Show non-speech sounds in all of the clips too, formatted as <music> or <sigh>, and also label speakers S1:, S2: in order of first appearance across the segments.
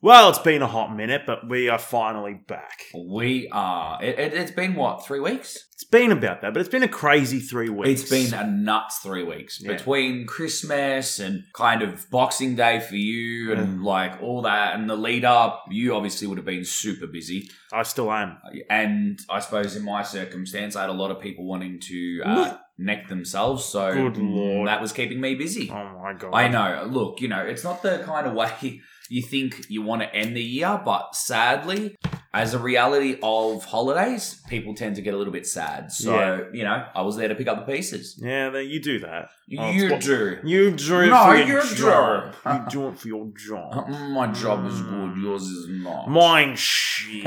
S1: Well, it's been a hot minute, but we are finally back.
S2: We are. It, it, it's been what three weeks?
S1: It's been about that, but it's been a crazy three weeks.
S2: It's been a nuts three weeks
S1: Yeah.
S2: between Christmas and kind of Boxing Day for you and like all that and the lead up. You obviously would have been super busy,
S1: I still am.
S2: and I suppose in my circumstance, I had a lot of people wanting to uh, neck themselves, so
S1: Good lord.
S2: that was keeping me busy.
S1: Oh my god.
S2: I know. Look, you know, it's not the kind of way you think you want to end the year, but sadly, as a reality of holidays, people tend to get a little bit sad. So,
S1: Yeah.
S2: you know, I was there to pick up the pieces.
S1: Yeah, that- you do that. Oh,
S2: you
S1: it's what-
S2: do.
S1: You drew
S2: No,
S1: for your
S2: you're
S1: job.
S2: drunk.
S1: you do it for your <laughs> job.
S2: <laughs> My job is good, yours is not. <laughs>
S1: Mine shit.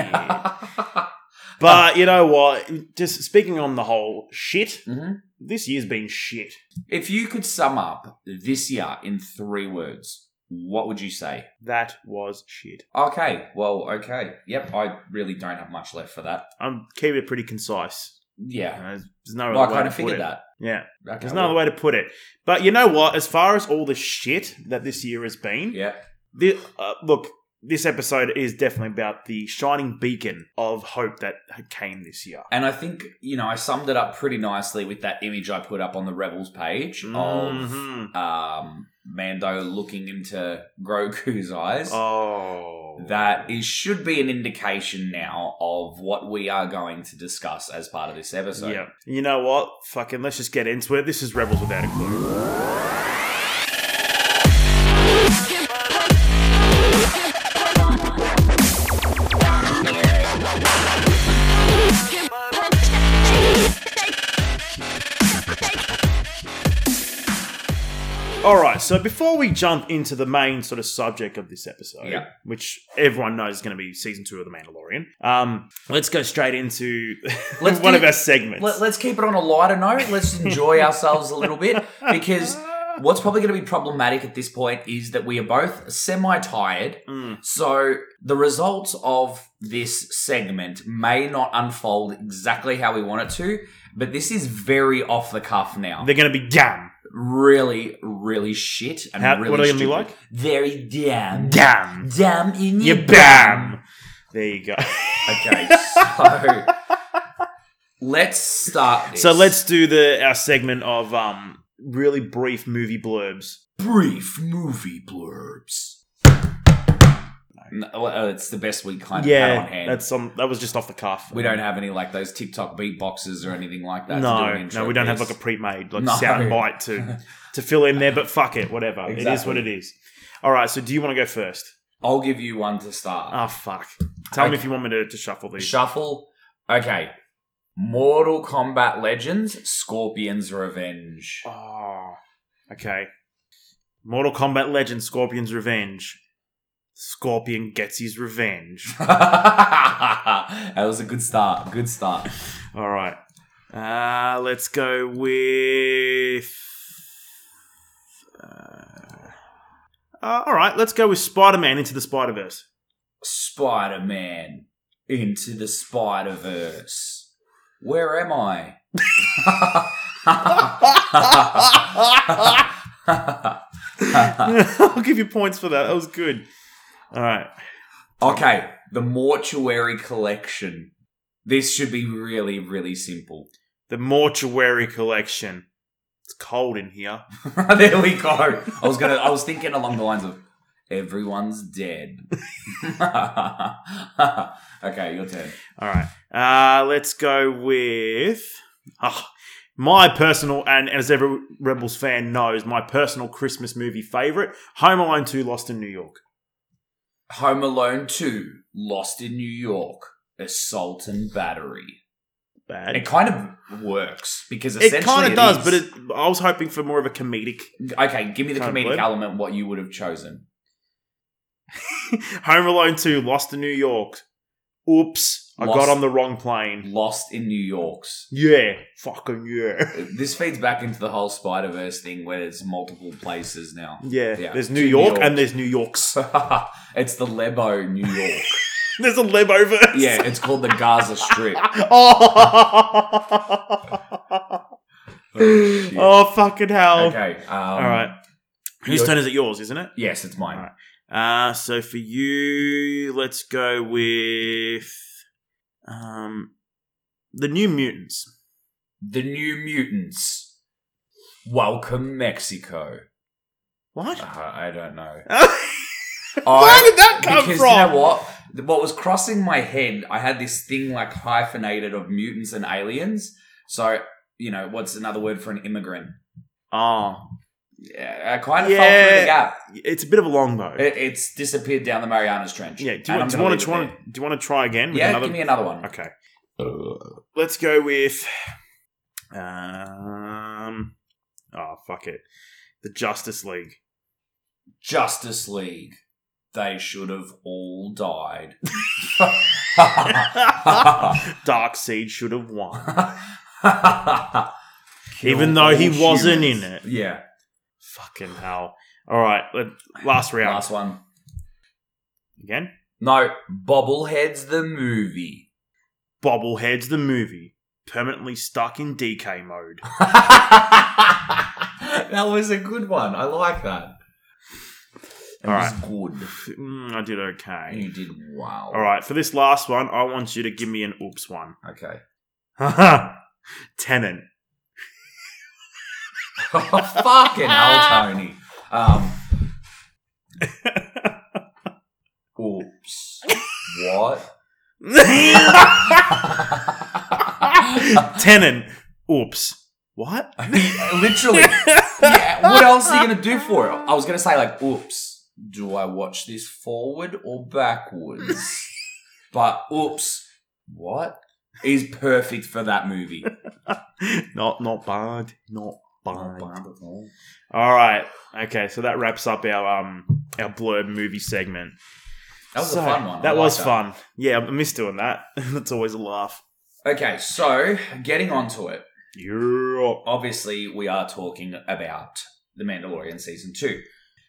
S1: but you know what? Just speaking on the whole shit,
S2: Mhm.
S1: this year's been shit.
S2: If you could sum up this year in three words, what would you say?
S1: That was shit.
S2: Okay, well, okay. Yep, I really don't have much left for that.
S1: I'm keeping Um, it pretty concise. You
S2: Yeah.
S1: know, There's no other
S2: Well, I
S1: way
S2: kind
S1: to put
S2: of figured
S1: it.
S2: that.
S1: Yeah,
S2: Okay,
S1: there's no
S2: well,
S1: other way to put it. But you know what? As far as all the shit that this year has been,
S2: Yeah.
S1: This, uh, look, this episode is definitely about the shining beacon of hope that came this year.
S2: And I think, you know, I summed it up pretty nicely with that image I put up on the Rebels page
S1: Mhm.
S2: of um, Mando looking into <laughs> Grogu's eyes.
S1: Oh,
S2: That is, should be an indication now of what we are going to discuss as part of this episode.
S1: yeah. You know what? Fucking let's just get into it. This is Rebels Without a Clue. All right. So before we jump into the main sort of subject of this episode,
S2: Yeah.
S1: which everyone knows is going to be season two of The Mandalorian, um, let's go straight into <laughs>
S2: Let's
S1: one
S2: do-
S1: of our segments.
S2: Let, let's keep it on a lighter note. Let's
S1: <laughs>
S2: enjoy ourselves a little bit because what's probably going to be problematic at this point is that we are both semi tired
S1: Mm.
S2: So the results of this segment may not unfold exactly how we want it to, but this is very off the cuff now.
S1: They're going to be gam.
S2: really, really shit and
S1: How,
S2: really
S1: what are they going to be
S2: stupid.
S1: like?
S2: Very damn,
S1: Damn.
S2: damn in
S1: You
S2: your
S1: bam. There you go.
S2: Okay,
S1: <laughs>
S2: so let's start. This.
S1: so let's do the our segment of um really brief movie blurbs.
S2: brief movie blurbs. No, well, oh, it's the best we kind of had on
S1: yeah,
S2: hand.
S1: that's some. That was just off the cuff.
S2: we don't have any like those TikTok beatboxes or anything like that. to do an
S1: no,
S2: intro
S1: no, we don't have
S2: piece.
S1: like a pre-made like
S2: <laughs> No.
S1: sound bite to to fill in there. But fuck it, whatever. It is what it
S2: Exactly.
S1: is. All right. So do you want to go first?
S2: <laughs> I'll give you one to start.
S1: Ah, fuck. Tell me
S2: Okay.
S1: if you want me to, to shuffle these.
S2: Shuffle. Okay. Mortal Kombat Legends, Scorpion's Revenge.
S1: oh, okay. Mortal Kombat Legend: Scorpion's Revenge. Scorpion gets his revenge.
S2: <laughs> that was a good start. Good start.
S1: All right. Uh, let's go with. Uh, uh, all right, let's go with Spider Man into the Spider Verse.
S2: Spider Man into the Spider Verse. Where am I?
S1: <laughs>
S2: <laughs>
S1: I'll give you points for that. That was good. All right.
S2: okay, the Mortuary Collection. This should be really, really simple. <laughs>
S1: The Mortuary Collection. It's cold in here.
S2: there we go. I was gonna. I was thinking along the lines of everyone's dead. <laughs> okay, your turn.
S1: All right. Uh, let's go with. Oh, my personal, and as every Rebels fan knows, my personal Christmas movie favorite Home Alone 2 Lost in New York.
S2: Home Alone Two, Lost in New York, Assault and Battery.
S1: Bad.
S2: It kind of works because
S1: It
S2: essentially
S1: kind of does,
S2: is-
S1: but it, I was hoping for more of a comedic <laughs>
S2: okay. Give me the
S1: Can't
S2: comedic
S1: blame.
S2: element. What you would have chosen?
S1: Home Alone 2, Lost in New York. Oops, I got
S2: Lost.
S1: on the wrong plane.
S2: Lost in New York's.
S1: Yeah, fucking yeah.
S2: This feeds back into the whole Spider Verse thing where there's multiple places now. <laughs>
S1: Yeah,
S2: Yeah,
S1: there's
S2: to
S1: New
S2: New
S1: York, <laughs>
S2: York.
S1: and there's New York's.
S2: it's the Lebo
S1: <laughs>
S2: New York.
S1: There's a Lebo verse. <laughs>
S2: Yeah, it's called the Gaza Strip.
S1: Oh.
S2: Oh, shit.
S1: oh, fucking hell.
S2: Okay. Um,
S1: All right. Whose
S2: your-
S1: turn is it? Yours, isn't it?
S2: Yes, it's mine.
S1: Alright. Uh, so for you, let's go with um, the New Mutants.
S2: The New Mutants. Welcome, Mexico.
S1: What?
S2: Uh, I don't know.
S1: <laughs> Where did that come
S2: because
S1: from?
S2: you know what? What was crossing my head, I had this thing like hyphenated of mutants and aliens. So, you know, what's another word for an immigrant?
S1: oh,
S2: Yeah, I kind of fell through
S1: Yeah.
S2: the gap.
S1: it's a bit of a long though.
S2: It, it's disappeared down the Marianas Trench.
S1: yeah. Do you,
S2: And I'm
S1: want, do, you want
S2: gonna leave
S1: to
S2: it
S1: try, do you want to try again? With
S2: there. Yeah,
S1: another?
S2: give me another one.
S1: Okay. Let's go with um. Oh fuck it, the Justice League.
S2: Justice League. They should have all died. <laughs>
S1: Dark Seed should have won. <laughs>
S2: <laughs>
S1: Even though he
S2: Kill all
S1: wasn't
S2: humans.
S1: in it.
S2: Yeah.
S1: Fucking hell. All right, let- last round
S2: Last one.
S1: again.
S2: No, Bobbleheads the movie. <laughs>
S1: Bobbleheads the movie permanently stuck in DK mode.
S2: that was a good one. I like that. It
S1: All
S2: was good.
S1: Mm, I did okay.
S2: You did wow.
S1: All right, for this last one, I want you to give me an oops one. <laughs>
S2: Okay. <laughs>
S1: Tenant.
S2: Oh, Fucking hell, Tony. Um, oops. what?
S1: <laughs> Tenant. Oops. What?
S2: <laughs> Literally. Yeah, what else are you gonna do for it? I was gonna say like, oops. Do I watch this forward
S1: <laughs>
S2: or backwards? but oops. What is perfect for that movie?
S1: not not bad. Not bad.
S2: Not bad at all.
S1: All right. Okay, so that wraps up our um our blurb movie segment.
S2: That was
S1: So,
S2: a fun one. I
S1: That was
S2: like
S1: fun. Yeah, I miss doing that. <laughs> That's always a laugh.
S2: Okay, so getting onto it.
S1: Yeah.
S2: obviously we are talking about the mandalorian season 2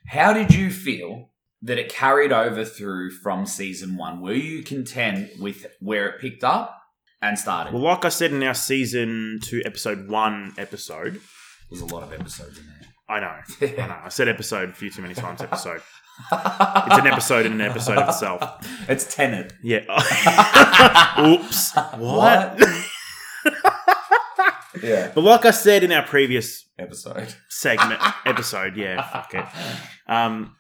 S2: how did you feel that it carried over through from season 1 were you content with where it picked up and started
S1: Well, like I said in our season two, episode one episode,
S2: there's a lot of episodes
S1: <laughs>
S2: in there
S1: I know, I know, I said episode a few too many times. Episode. It's an episode in an episode of itself.
S2: <laughs> it's tenet
S1: Yeah. <laughs>
S2: <laughs>
S1: Oops. What?
S2: yeah
S1: but like I said in our previous
S2: episode
S1: segment episode,
S2: <laughs>
S1: yeah, fuck it. Um,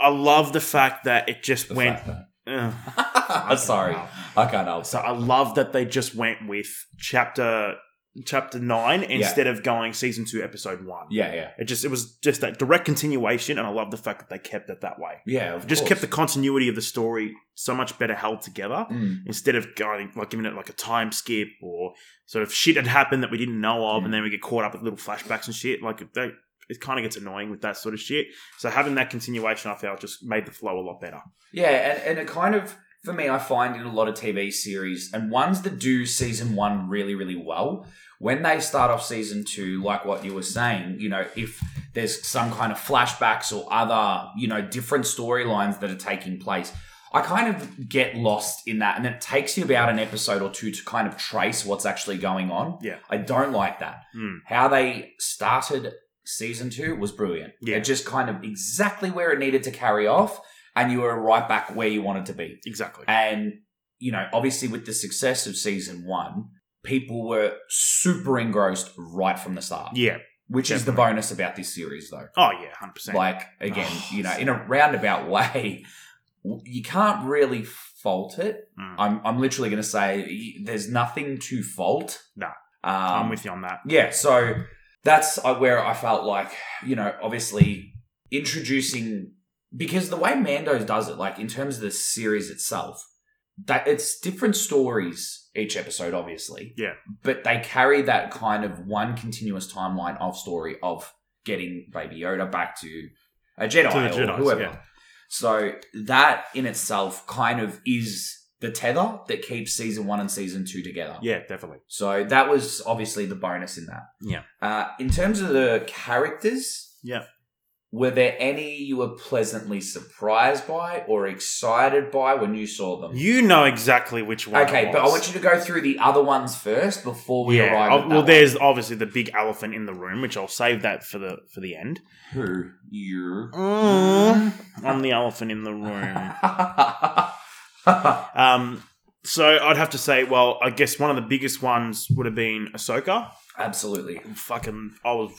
S1: I love the fact that it just
S2: The
S1: went.
S2: fact that- <laughs>
S1: Ugh.
S2: I'm sorry i can't help
S1: So I love that they just went with chapter chapter nine instead of going season two episode one.
S2: yeah yeah
S1: It just it was just that direct continuation, and I love the fact that they kept it that way.
S2: yeah of
S1: Just
S2: course.
S1: kept the continuity of the story so much better held together
S2: Mm,
S1: instead of going like giving it like a time skip or sort of shit had happened that we didn't know of,
S2: Mm.
S1: and then we get caught up with little flashbacks and shit. Like they, it kind of gets annoying with that sort of shit. So having that continuation, I felt just made the flow a lot better.
S2: Yeah, and, and it kind of, for me, I find in a lot of TV series, and ones that do season one really, really well, when they start off season two, like what you were saying, you know, if there's some kind of flashbacks or other, you know, different storylines that are taking place, I kind of get lost in that. And it takes you about an episode or two to kind of trace what's actually going on.
S1: Yeah.
S2: I don't like that.
S1: Mm.
S2: How they started season two was brilliant.
S1: Yeah.
S2: It just kind of exactly where it needed to carry off, and you were right back where you wanted to be.
S1: Exactly.
S2: And, you know, obviously with the success of season one, people were super engrossed right from the start,
S1: yeah.
S2: which is the bonus about this series, though.
S1: Oh yeah. Hundred percent.
S2: Like,
S1: <sighs>
S2: again,
S1: Oh,
S2: you know, in a roundabout <laughs> way, w- you can't really fault it.
S1: Mm.
S2: I'm, I'm literally going to say y- there's nothing to fault.
S1: No.
S2: Um,
S1: I'm with you on that.
S2: yeah, so that's uh, where I felt like, you know, obviously introducing because the way Mando does it, like in terms of the series itself, that it's different stories each episode, obviously.
S1: Yeah.
S2: But they carry that kind of one continuous timeline of story of getting Baby Yoda back to a Jedi
S1: To the
S2: or
S1: Jedis,
S2: whoever.
S1: yeah.
S2: So that in itself kind of is the tether that keeps season one and season two together.
S1: Yeah, definitely.
S2: So that was obviously the bonus in that.
S1: Yeah.
S2: Uh, in terms of the characters,
S1: Yeah.
S2: Were there any you were pleasantly surprised by or excited by when you saw them?
S1: You know exactly which one.
S2: um, okay, but I want you to go through the other ones first before we
S1: yeah.
S2: arrive.
S1: I'll-
S2: at that
S1: well,
S2: one.
S1: there's obviously the big elephant in the room, which I'll save that for the for the end.
S2: who you. Mm.
S1: I'm the elephant in the room.
S2: yeah,
S1: Um, so I'd have to say, well, I guess one of the biggest ones would have been Ahsoka.
S2: <laughs> absolutely.
S1: Fucking, I was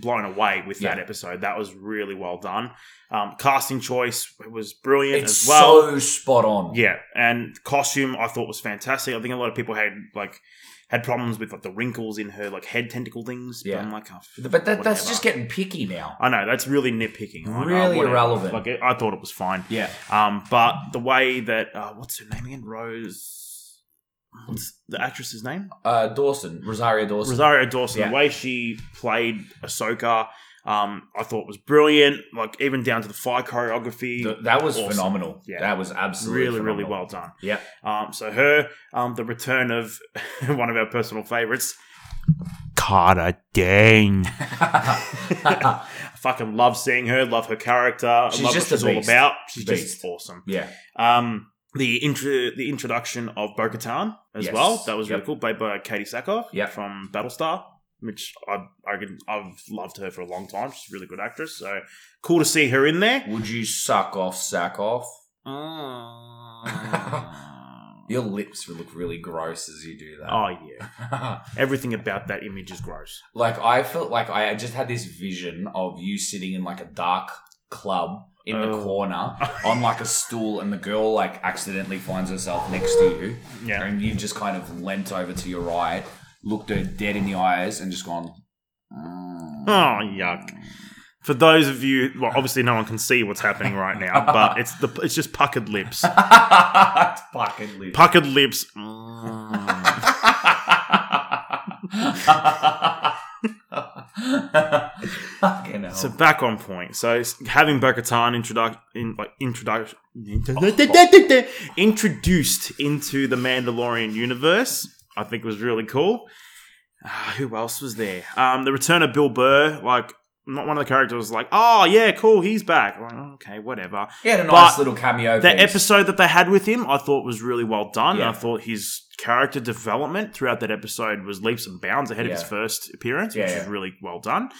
S1: blown away with that
S2: Yeah.
S1: episode. That was really well done. Um, casting choice was brilliant
S2: It's
S1: as well.
S2: so spot on.
S1: Yeah, and costume I thought was fantastic. I think a lot of people had like had problems with like the wrinkles in her like head tentacle things. Yeah,
S2: Yeah.
S1: but I'm like, oh, f-
S2: But that, that's
S1: Whatever.
S2: just getting picky now.
S1: I know that's really nitpicking. I'm like, oh,
S2: Really
S1: whatever.
S2: irrelevant.
S1: Like it, I thought it was fine.
S2: Yeah.
S1: Um, but the way that uh, what's her name again? Rose. What's the actress's name?
S2: Uh, Dawson, Rosario Dawson.
S1: Rosario Dawson.
S2: Yeah.
S1: The way she played Ahsoka, um, I thought was brilliant. Like even down to the fight choreography.
S2: Th- that was
S1: Awesome.
S2: phenomenal.
S1: Yeah.
S2: That was absolutely
S1: really, really
S2: phenomenal.
S1: well done.
S2: Yeah.
S1: Um, so her, um, the return of <laughs> one of our personal favorites, Carter Dane. <laughs> I fucking love seeing her. Love her character. I
S2: She's
S1: love
S2: just
S1: what
S2: a
S1: she's
S2: beast.
S1: all about. She's
S2: Beast.
S1: just awesome.
S2: yeah.
S1: Um, the intro, the introduction of Bo-Katan as
S2: Yes.
S1: well. That was really
S2: Yep.
S1: cool. Played by Katie Sackhoff
S2: Yep.
S1: from Battlestar, which I, I reckon- I've loved her for a long time. She's a really good actress. So cool to see her in there.
S2: Would you suck off, sack off? Your lips look really gross as you do
S1: <laughs> oh
S2: that.
S1: yeah, everything about that image is gross.
S2: <laughs> like I felt like I just had this vision of you sitting in like a dark club in the
S1: Oh. <laughs>
S2: corner on like a stool, and the girl like accidentally finds herself next to you,
S1: Yeah.
S2: and you've just kind of leant over to your right, looked her dead in the eyes, and just gone. "Mm." <laughs>
S1: Oh, yuck. For those of you, well, obviously no one can see what's happening right now,
S2: <laughs>
S1: but it's the it's just puckered lips,
S2: it's fucking lit.
S1: puckered lips.
S2: <laughs> Fucking hell.
S1: So back on point. So s- having Bo-Katan introduc- in, like, introduc- introduced into the Mandalorian universe, I think was really cool. Ah, who else was there? Um, the return of Bill Burr, like. Not one of the characters was like, oh yeah, cool, he's back. I'm like, "Oh, okay, whatever.
S2: he had a nice
S1: but
S2: little cameo.
S1: That
S2: piece.
S1: episode that they had with him, I thought was really well done.
S2: Yeah.
S1: I thought his character development throughout that episode was leaps and bounds ahead of his
S2: Yeah.
S1: first appearance,
S2: Yeah,
S1: which
S2: yeah.
S1: is really well done.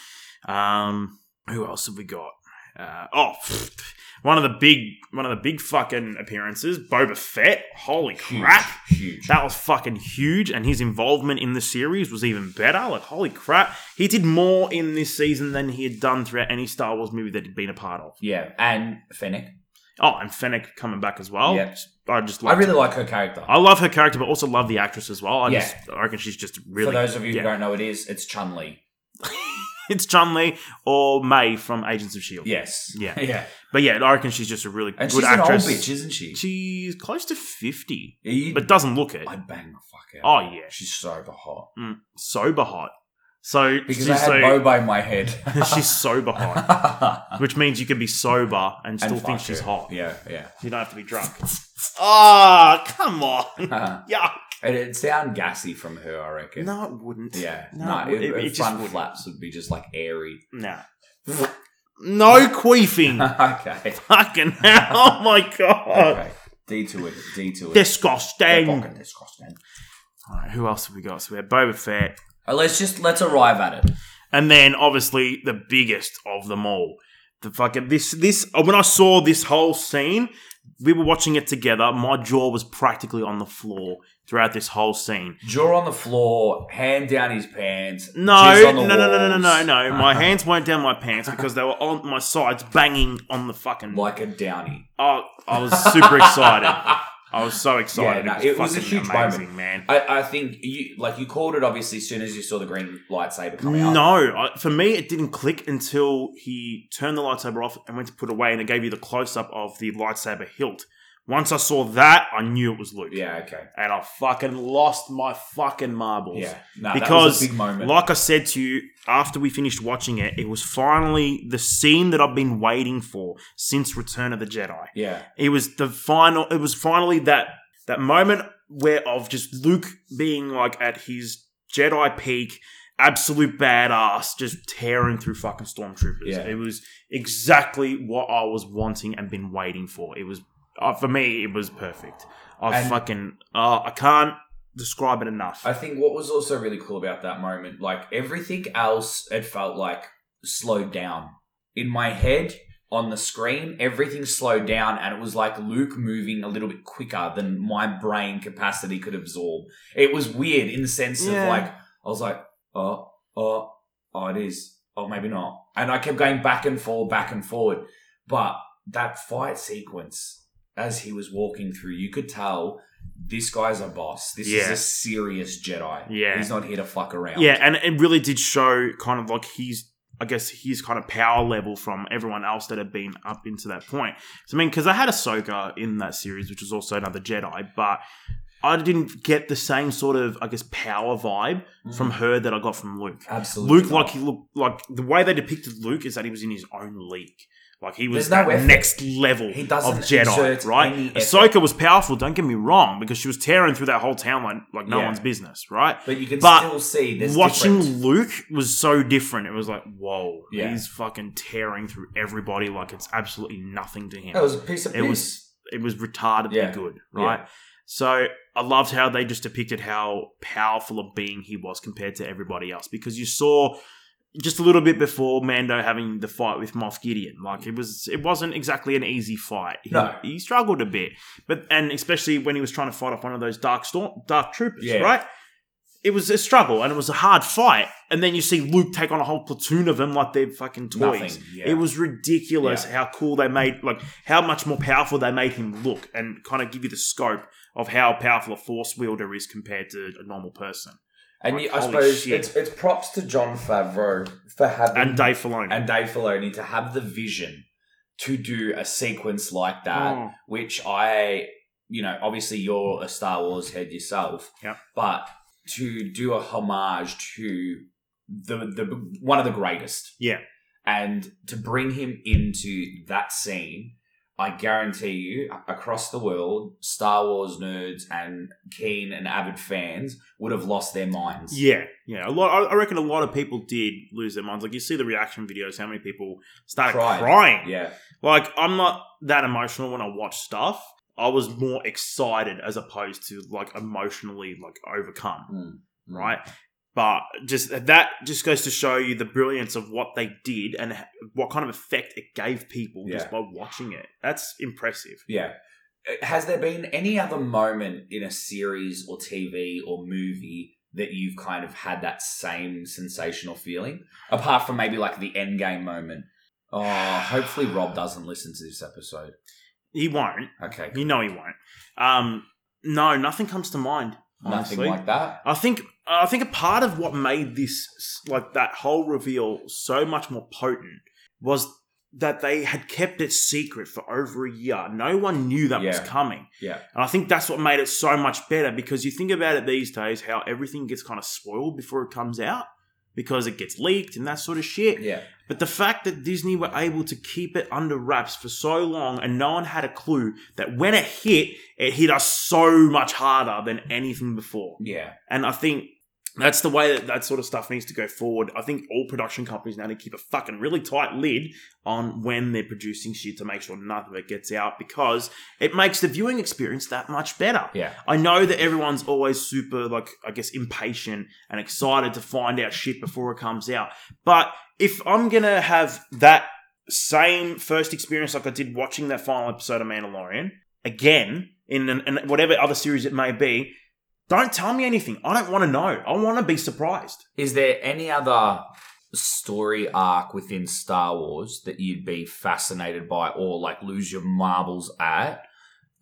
S1: Um, who else have we got? Uh, oh, pfft, one of the big, one of the big fucking appearances, Boba Fett. Holy
S2: huge,
S1: crap!
S2: huge.
S1: That was fucking huge, and his involvement in the series was even better. Like, holy crap, he did more in this season than he had done throughout any Star Wars movie that he'd been a part of.
S2: yeah, and Fennec.
S1: Oh, and Fennec coming back as well.
S2: Yeah.
S1: I just
S2: I
S1: love
S2: really like her character.
S1: I love her character, but also love the actress as well. I
S2: Yeah.
S1: just I reckon she's just really.
S2: For those of you
S1: yeah.
S2: who don't know, what it is it's Chun Li.
S1: <laughs> it's Chun Li or May from Agents of Shield.
S2: Yes.
S1: Yeah.
S2: <laughs> yeah.
S1: E but yeah, I reckon she's just a really
S2: And
S1: good
S2: she's
S1: actress.
S2: an old bitch, isn't she?
S1: She's close to fifty,
S2: You-
S1: but doesn't look it.
S2: I'd bang the fuck out.
S1: Oh yeah,
S2: she's sober hot.
S1: sober hot. So
S2: Because
S1: she's
S2: I had
S1: so
S2: Boba in my head.
S1: <laughs>
S2: <laughs>
S1: she's sober hot, which means you can be sober and still
S2: And
S1: think
S2: fuck
S1: she's
S2: her.
S1: hot.
S2: Yeah, yeah.
S1: You don't have to be drunk. <laughs> Ah, come on.
S2: <laughs> Uh,
S1: Yeah.
S2: it, it'd sound gassy from her, I reckon.
S1: No, it wouldn't.
S2: Yeah.
S1: No,
S2: No,
S1: it-
S2: it,
S1: it
S2: her
S1: just
S2: front
S1: wouldn't.
S2: flaps would be just like airy.
S1: No. No queefing. <laughs>
S2: <laughs>
S1: Uh,
S2: okay.
S1: Fucking hell. Oh my god.
S2: Okay. D to it. D to it. They're
S1: Disgusting.
S2: fucking disgusting.
S1: Alright, who else have we got? So we have Boba Fett.
S2: Uh, let's just let's arrive at it.
S1: And then obviously the biggest of them all. The fucking this this uh, when I saw this whole scene, we were watching it together. My jaw was practically on the floor throughout this whole scene.
S2: Jaw on the floor, hand down his pants.
S1: No,
S2: jizz on
S1: no, no, no,
S2: the
S1: no, no,
S2: walls.
S1: no, no. My hands weren't down my pants because they were on my sides banging on the fucking
S2: Like a downy.
S1: Oh, I was super
S2: <laughs>
S1: excited. I was so excited.
S2: Yeah, no,
S1: it was, fucking
S2: a huge
S1: amazing,
S2: moment.
S1: man.
S2: I, I think you like you called it obviously as soon as you saw the green lightsaber coming out.
S1: No, I, for me, it didn't click until he turned the lightsaber off and went to put it away, and it gave you the close up of the lightsaber hilt. Once I saw that, I knew it was Luke.
S2: Yeah. Okay.
S1: And I fucking lost my fucking marbles.
S2: Yeah. No, that
S1: Because,
S2: was a big moment.
S1: like I said to you, after we finished watching it, it was finally the scene that I've been waiting for since Return of the Jedi.
S2: yeah.
S1: It was the final. It was finally that that moment where of just Luke being like at his Jedi peak, absolute badass, just tearing through fucking stormtroopers.
S2: Yeah.
S1: It was exactly what I was wanting and been waiting for. It was uh, for me, it was perfect. I
S2: And-
S1: fucking uh, I can't describe it enough.
S2: I think what was also really cool about that moment, like everything else, it felt like slowed down. In my head, on the screen, everything slowed down and it was like Luke moving a little bit quicker than my brain capacity could absorb. It was weird in the sense
S1: Yeah.
S2: of like, I was like, oh, oh, oh, it is. Oh, maybe not. And I kept going back and forth, back and forward. But that fight sequence, as he was walking through, you could tell this guy's a boss. This is
S1: Yeah.
S2: a serious Jedi.
S1: Yeah.
S2: He's not here to fuck around.
S1: yeah, and it really did show kind of like he's. I guess his kind of power level from everyone else that had been up into that point. So, I mean, because I had Ahsoka in that series, which was also another Jedi, but I didn't get the same sort of, I guess, power vibe
S2: Mhm.
S1: from her that I got from Luke.
S2: absolutely.
S1: Luke,
S2: not.
S1: like he looked like the way they depicted Luke is that he was in his own league. Like he was
S2: There's no
S1: that
S2: effort.
S1: next level
S2: He doesn't
S1: of Jedi,
S2: exert
S1: right?
S2: any effort.
S1: Ahsoka was powerful. Don't get me wrong, because she was tearing through that whole town like, like no
S2: Yeah.
S1: one's business, right?
S2: but you can
S1: but
S2: still see there's
S1: Watching
S2: different-
S1: Luke was so different. It was like, whoa,
S2: Yeah.
S1: he's fucking tearing through everybody like it's absolutely nothing to him
S2: It was a piece of
S1: it
S2: piss.
S1: was- it was retardedly
S2: Yeah.
S1: good, right? So I loved how they just depicted how powerful a being he was compared to everybody else because you saw just a little bit before Mando having the fight with Moff Gideon, like it was it wasn't exactly an easy fight. He,
S2: No.
S1: he struggled a bit, but and especially when he was trying to fight off one of those dark storm dark troopers,
S2: Yeah.
S1: right? It was a struggle and it was a hard fight, and then you see Luke take on a whole platoon of them like they're fucking toys.
S2: nothing. Yeah.
S1: It was ridiculous how cool they made, like how much more powerful they made him look, and kind of give you the scope of how powerful a force wielder is compared to a normal person.
S2: and
S1: like,
S2: you, I
S1: holy
S2: suppose
S1: shit.
S2: it's it's props to John Favreau for having
S1: And Dave Filoni,
S2: and Dave Filoni to have the vision to do a sequence like that,
S1: Mm.
S2: which I, you know, obviously you're a Star Wars head yourself,
S1: Yep.
S2: but to do a homage to the the one of the greatest,
S1: Yeah.
S2: and to bring him into that scene. I guarantee you, a- across the world, Star Wars nerds and keen and avid fans would have lost their minds.
S1: yeah, yeah. A lot. I- I reckon a lot of people did lose their minds. Like you see the reaction videos, how many people started
S2: Cried.
S1: crying.
S2: yeah,
S1: Like I'm not that emotional when I watch stuff. I was more excited as opposed to like emotionally like overcome.
S2: Hmm.
S1: right? But just that just goes to show you the brilliance of what they did and h- what kind of effect it gave people just
S2: Yeah.
S1: by watching it. That's impressive.
S2: Yeah. Uh, Has there been any other moment in a series or TV or movie that you've kind of had that same sensational feeling? Apart from maybe like the end game moment. Oh, hopefully Rob doesn't listen to this episode.
S1: He won't.
S2: Okay.
S1: You know he won't. Um, no, nothing comes to mind.
S2: Nothing
S1: honestly.
S2: like that.
S1: I think I think a part of what made this like that whole reveal so much more potent was that they had kept it secret for over a year. No one knew that was
S2: Yeah.
S1: coming.
S2: Yeah.
S1: And I think that's what made it so much better because you think about it these days how everything gets kind of spoiled before it comes out because it gets leaked and that sort of shit.
S2: Yeah.
S1: But the fact that Disney were able to keep it under wraps for so long and no one had a clue that when it hit, it hit us so much harder than anything before.
S2: Yeah.
S1: And I think that's the way that that sort of stuff needs to go forward. I think all production companies now need to keep a fucking really tight lid on when they're producing shit to make sure none of it gets out because it makes the viewing experience that much better.
S2: Yeah.
S1: I know that everyone's always super, like, I guess, impatient and excited to find out shit before it comes out. But if I'm going to have that same first experience like I did watching that final episode of Mandalorian again, in, an, in whatever other series it may be, don't tell me anything. I don't want to know. I want to be surprised.
S2: Is there any other story arc within Star Wars that you'd be fascinated by or like lose your marbles at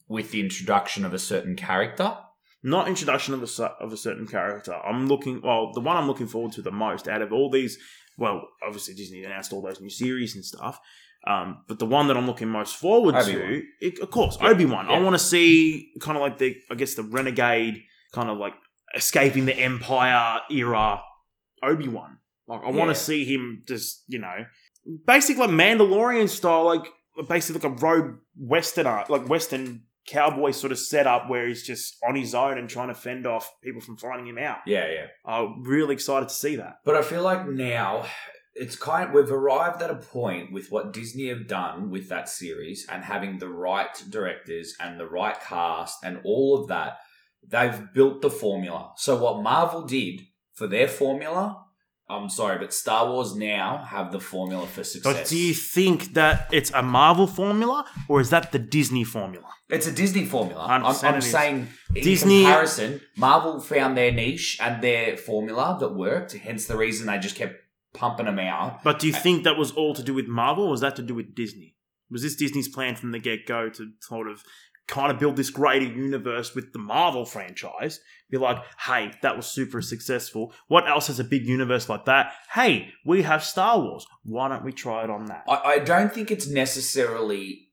S2: with the introduction of a certain character?
S1: Not introduction of a, cer- of a certain character. I'm looking, well, the one I'm looking forward to the most out of all these, well, obviously Disney announced all those new series and stuff. Um, but the one that I'm looking most forward to,
S2: Obi-Wan.
S1: it, of course,
S2: Yeah.
S1: Obi Wan. I
S2: Yeah.
S1: want to see kind of like the, I guess, the renegade kind of like escaping the Empire era Obi Wan. Like, I want
S2: Yeah.
S1: to see him just, you know, basically uh, like Mandalorian style, like basically like a rogue Westerner, like Western cowboy sort of setup where he's just on his own and trying to fend off people from finding him out.
S2: Yeah, yeah.
S1: I'm really excited to see that.
S2: But I feel like now it's kind of, we've arrived at a point with what Disney have done with that series and having the right directors and the right cast and all of that. They've built the formula. So what Marvel did for their formula, I'm sorry, but Star Wars now have the formula for
S1: But
S2: success.
S1: do you think that it's a Marvel formula or is that the Disney formula?
S2: It's a Disney formula. I'm, I'm,
S1: 100% it is.
S2: saying in
S1: Disney-
S2: comparison, Marvel found their niche and their formula that worked. Hence the reason they just kept pumping them out.
S1: But do you think that was all to do with Marvel or was that to do with Disney? Was this Disney's plan from the get go to sort of kind of build this greater universe with the Marvel franchise? Be like, hey, that was super successful. What else has a big universe like that? Hey, we have Star Wars. Why don't we try it on that?
S2: I, I don't think it's necessarily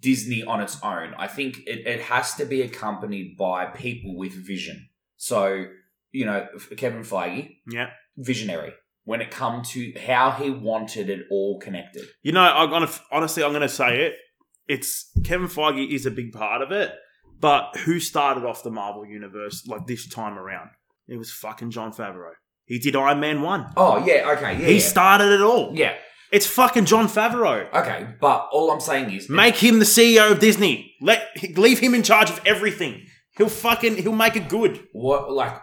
S2: Disney on its own. I think it, it has to be accompanied by people with vision. So, you know, Kevin Feige,
S1: Yeah.
S2: visionary when it come to how he wanted it all connected.
S1: You know, I'm gonna honestly, I'm gonna say it. It's Kevin Feige is a big part of it, but who started off the Marvel universe like this time around? It was fucking John Favreau. He did Iron Man one.
S2: Oh, yeah, okay, yeah.
S1: he
S2: yeah.
S1: started it all.
S2: yeah,
S1: It's fucking John Favreau.
S2: okay. But all I'm saying is
S1: Make him the CEO of Disney. Let leave him in charge of everything. He'll fucking he'll make it good.
S2: what like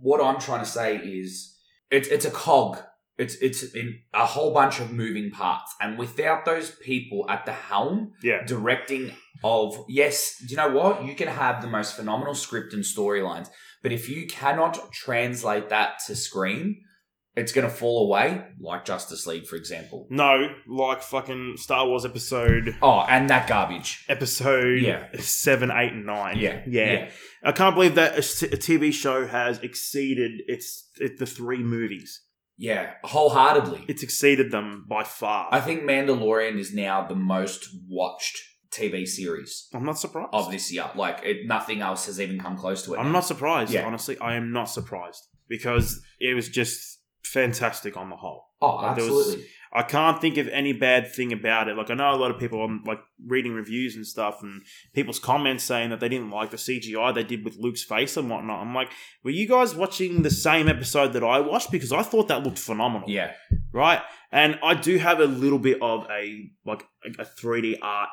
S2: what I'm trying to say is it's it's a cog. It's it's in a whole bunch of moving parts, and without those people at the helm
S1: Yeah.
S2: directing of yes, do you know what? You can have the most phenomenal script and storylines, but if you cannot translate that to screen, it's going to fall away. Like Justice League, for example.
S1: No, like fucking Star Wars episode
S2: Oh, and that garbage.
S1: episode
S2: Yeah.
S1: seven, eight, and nine.
S2: Yeah,
S1: yeah. I can't believe that a, s- a TV show has exceeded its it, the three movies.
S2: yeah, wholeheartedly.
S1: It's exceeded them by far.
S2: I think Mandalorian is now the most watched TV series
S1: I'm not surprised.
S2: of this year. Like, it, nothing else has even come close to it.
S1: I'm not surprised.
S2: Yeah.
S1: Honestly, I am not surprised because it was just fantastic on the whole.
S2: Oh,
S1: Like, there was-
S2: absolutely.
S1: I can't think of any bad thing about it. Like I know a lot of people on like reading reviews and stuff, and people's comments saying that they didn't like the CGI they did with Luke's face and whatnot. I'm like, were you guys watching the same episode that I watched? Because I thought that looked phenomenal.
S2: yeah.
S1: right? And I do have a little bit of a like a 3D art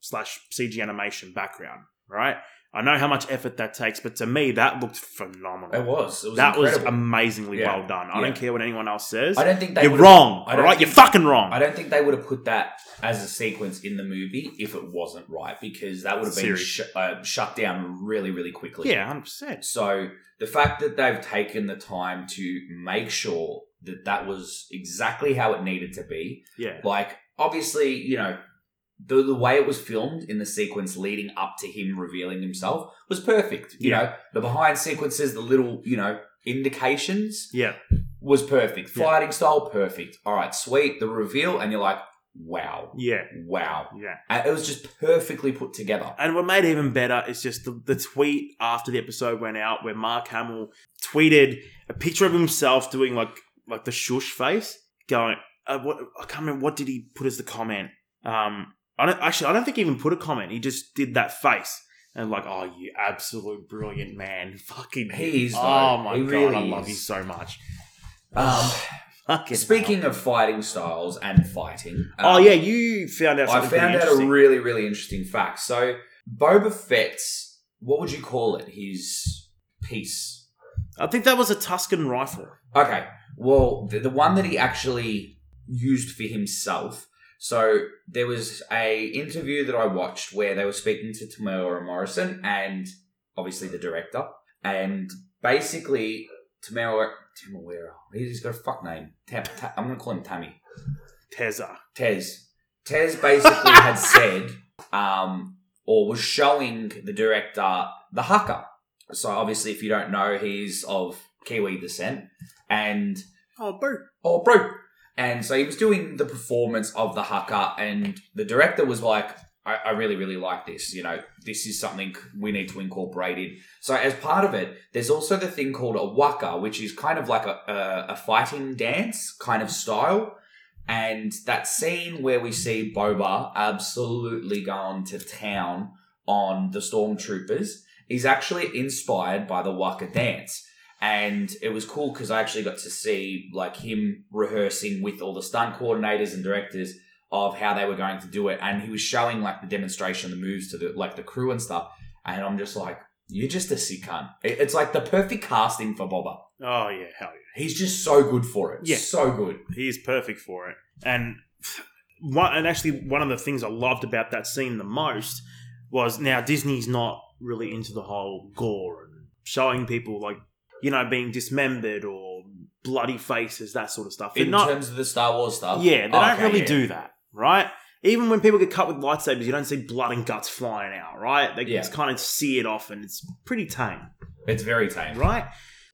S1: slash CG animation background, right? I know how much effort that takes, but to me, that looked phenomenal.
S2: It was. It was
S1: that was
S2: incredible.
S1: amazingly
S2: Yeah.
S1: well done. I
S2: Yeah.
S1: don't care what anyone else says.
S2: I don't think they
S1: You're
S2: would've-
S1: wrong,
S2: I
S1: all
S2: don't
S1: right? You're
S2: think-
S1: fucking wrong.
S2: I don't think they would have put that as a sequence in the movie if it wasn't right because that would have been
S1: Series.
S2: sh- uh, shut down really, really quickly.
S1: yeah, hundred percent.
S2: So the fact that they've taken the time to make sure that that was exactly how it needed to be
S1: Yeah,
S2: Like, obviously, you know, the, the way it was filmed in the sequence leading up to him revealing himself was perfect. You
S1: Yeah.
S2: know, the behind sequences, the little, you know, indications
S1: yeah,
S2: was perfect.
S1: Yeah.
S2: Fighting style, perfect. All right, sweet. The reveal, and you're like, wow,
S1: yeah,
S2: wow.
S1: yeah.
S2: And it was just perfectly put together.
S1: And what made it even better is just the, the tweet after the episode went out where Mark Hamill tweeted a picture of himself doing like like the shush face, going, uh, what, I can't remember what did he put as the comment. Um, I don't actually, I don't think he even put a comment. He just did that face and like, oh, you absolute brilliant man, <laughs> fucking.
S2: He is, though.
S1: oh my
S2: He
S1: god,
S2: really
S1: I love
S2: is.
S1: you so much. Ah,
S2: Um,
S1: <sighs> Fucking
S2: speaking of fighting styles and fighting.
S1: hell.
S2: um,
S1: oh yeah, you found out.
S2: I
S1: Something
S2: found out a
S1: real.
S2: really, really interesting fact. So Boba Fett's what would you call it? His piece.
S1: I think that was a Tuscan rifle.
S2: Okay. Well, the, the one that he actually used for himself. So there was a interview that I watched where they were speaking to Tamara Morrison and obviously the director. And basically Tamara Tamara he's got a fuck name. Tam, Ta- I'm gonna call him Tammy.
S1: Tezza.
S2: Tez. Tez basically had said, um, or was showing the director the haka. So obviously, if you don't know, he's of Kiwi descent, and
S1: Oh, boo.
S2: oh, bro. And so he was doing the performance of the haka, and the director was like, I, I really, really like this. You know, this is something we need to incorporate in. So as part of it, there's also the thing called a waka, which is kind of like a, a, a fighting dance kind of style. And that scene where we see Boba absolutely going to town on the Stormtroopers is actually inspired by the Waka dance. And it was cool because I actually got to see like him rehearsing with all the stunt coordinators and directors of how they were going to do it. And he was showing like the demonstration, the moves to the like the crew and stuff. And I'm just like, you're just a sick cunt. It- It's like the perfect casting for Boba.
S1: Oh yeah, hell yeah.
S2: He's just so good for it.
S1: Yeah.
S2: So good.
S1: He's perfect for it. And one, and actually, one of the things I loved about that scene the most was now Disney's not really into the whole gore and showing people like you know being dismembered or bloody faces that sort of stuff. They're
S2: In
S1: not,
S2: terms of the Star Wars stuff.
S1: yeah, they don't
S2: Okay,
S1: really
S2: yeah.
S1: do that, right? Even when people get cut with lightsabers, you don't see blood and guts flying out, right? They
S2: Yeah.
S1: it's kind of seared off, and it's pretty tame
S2: It's very tame.
S1: right?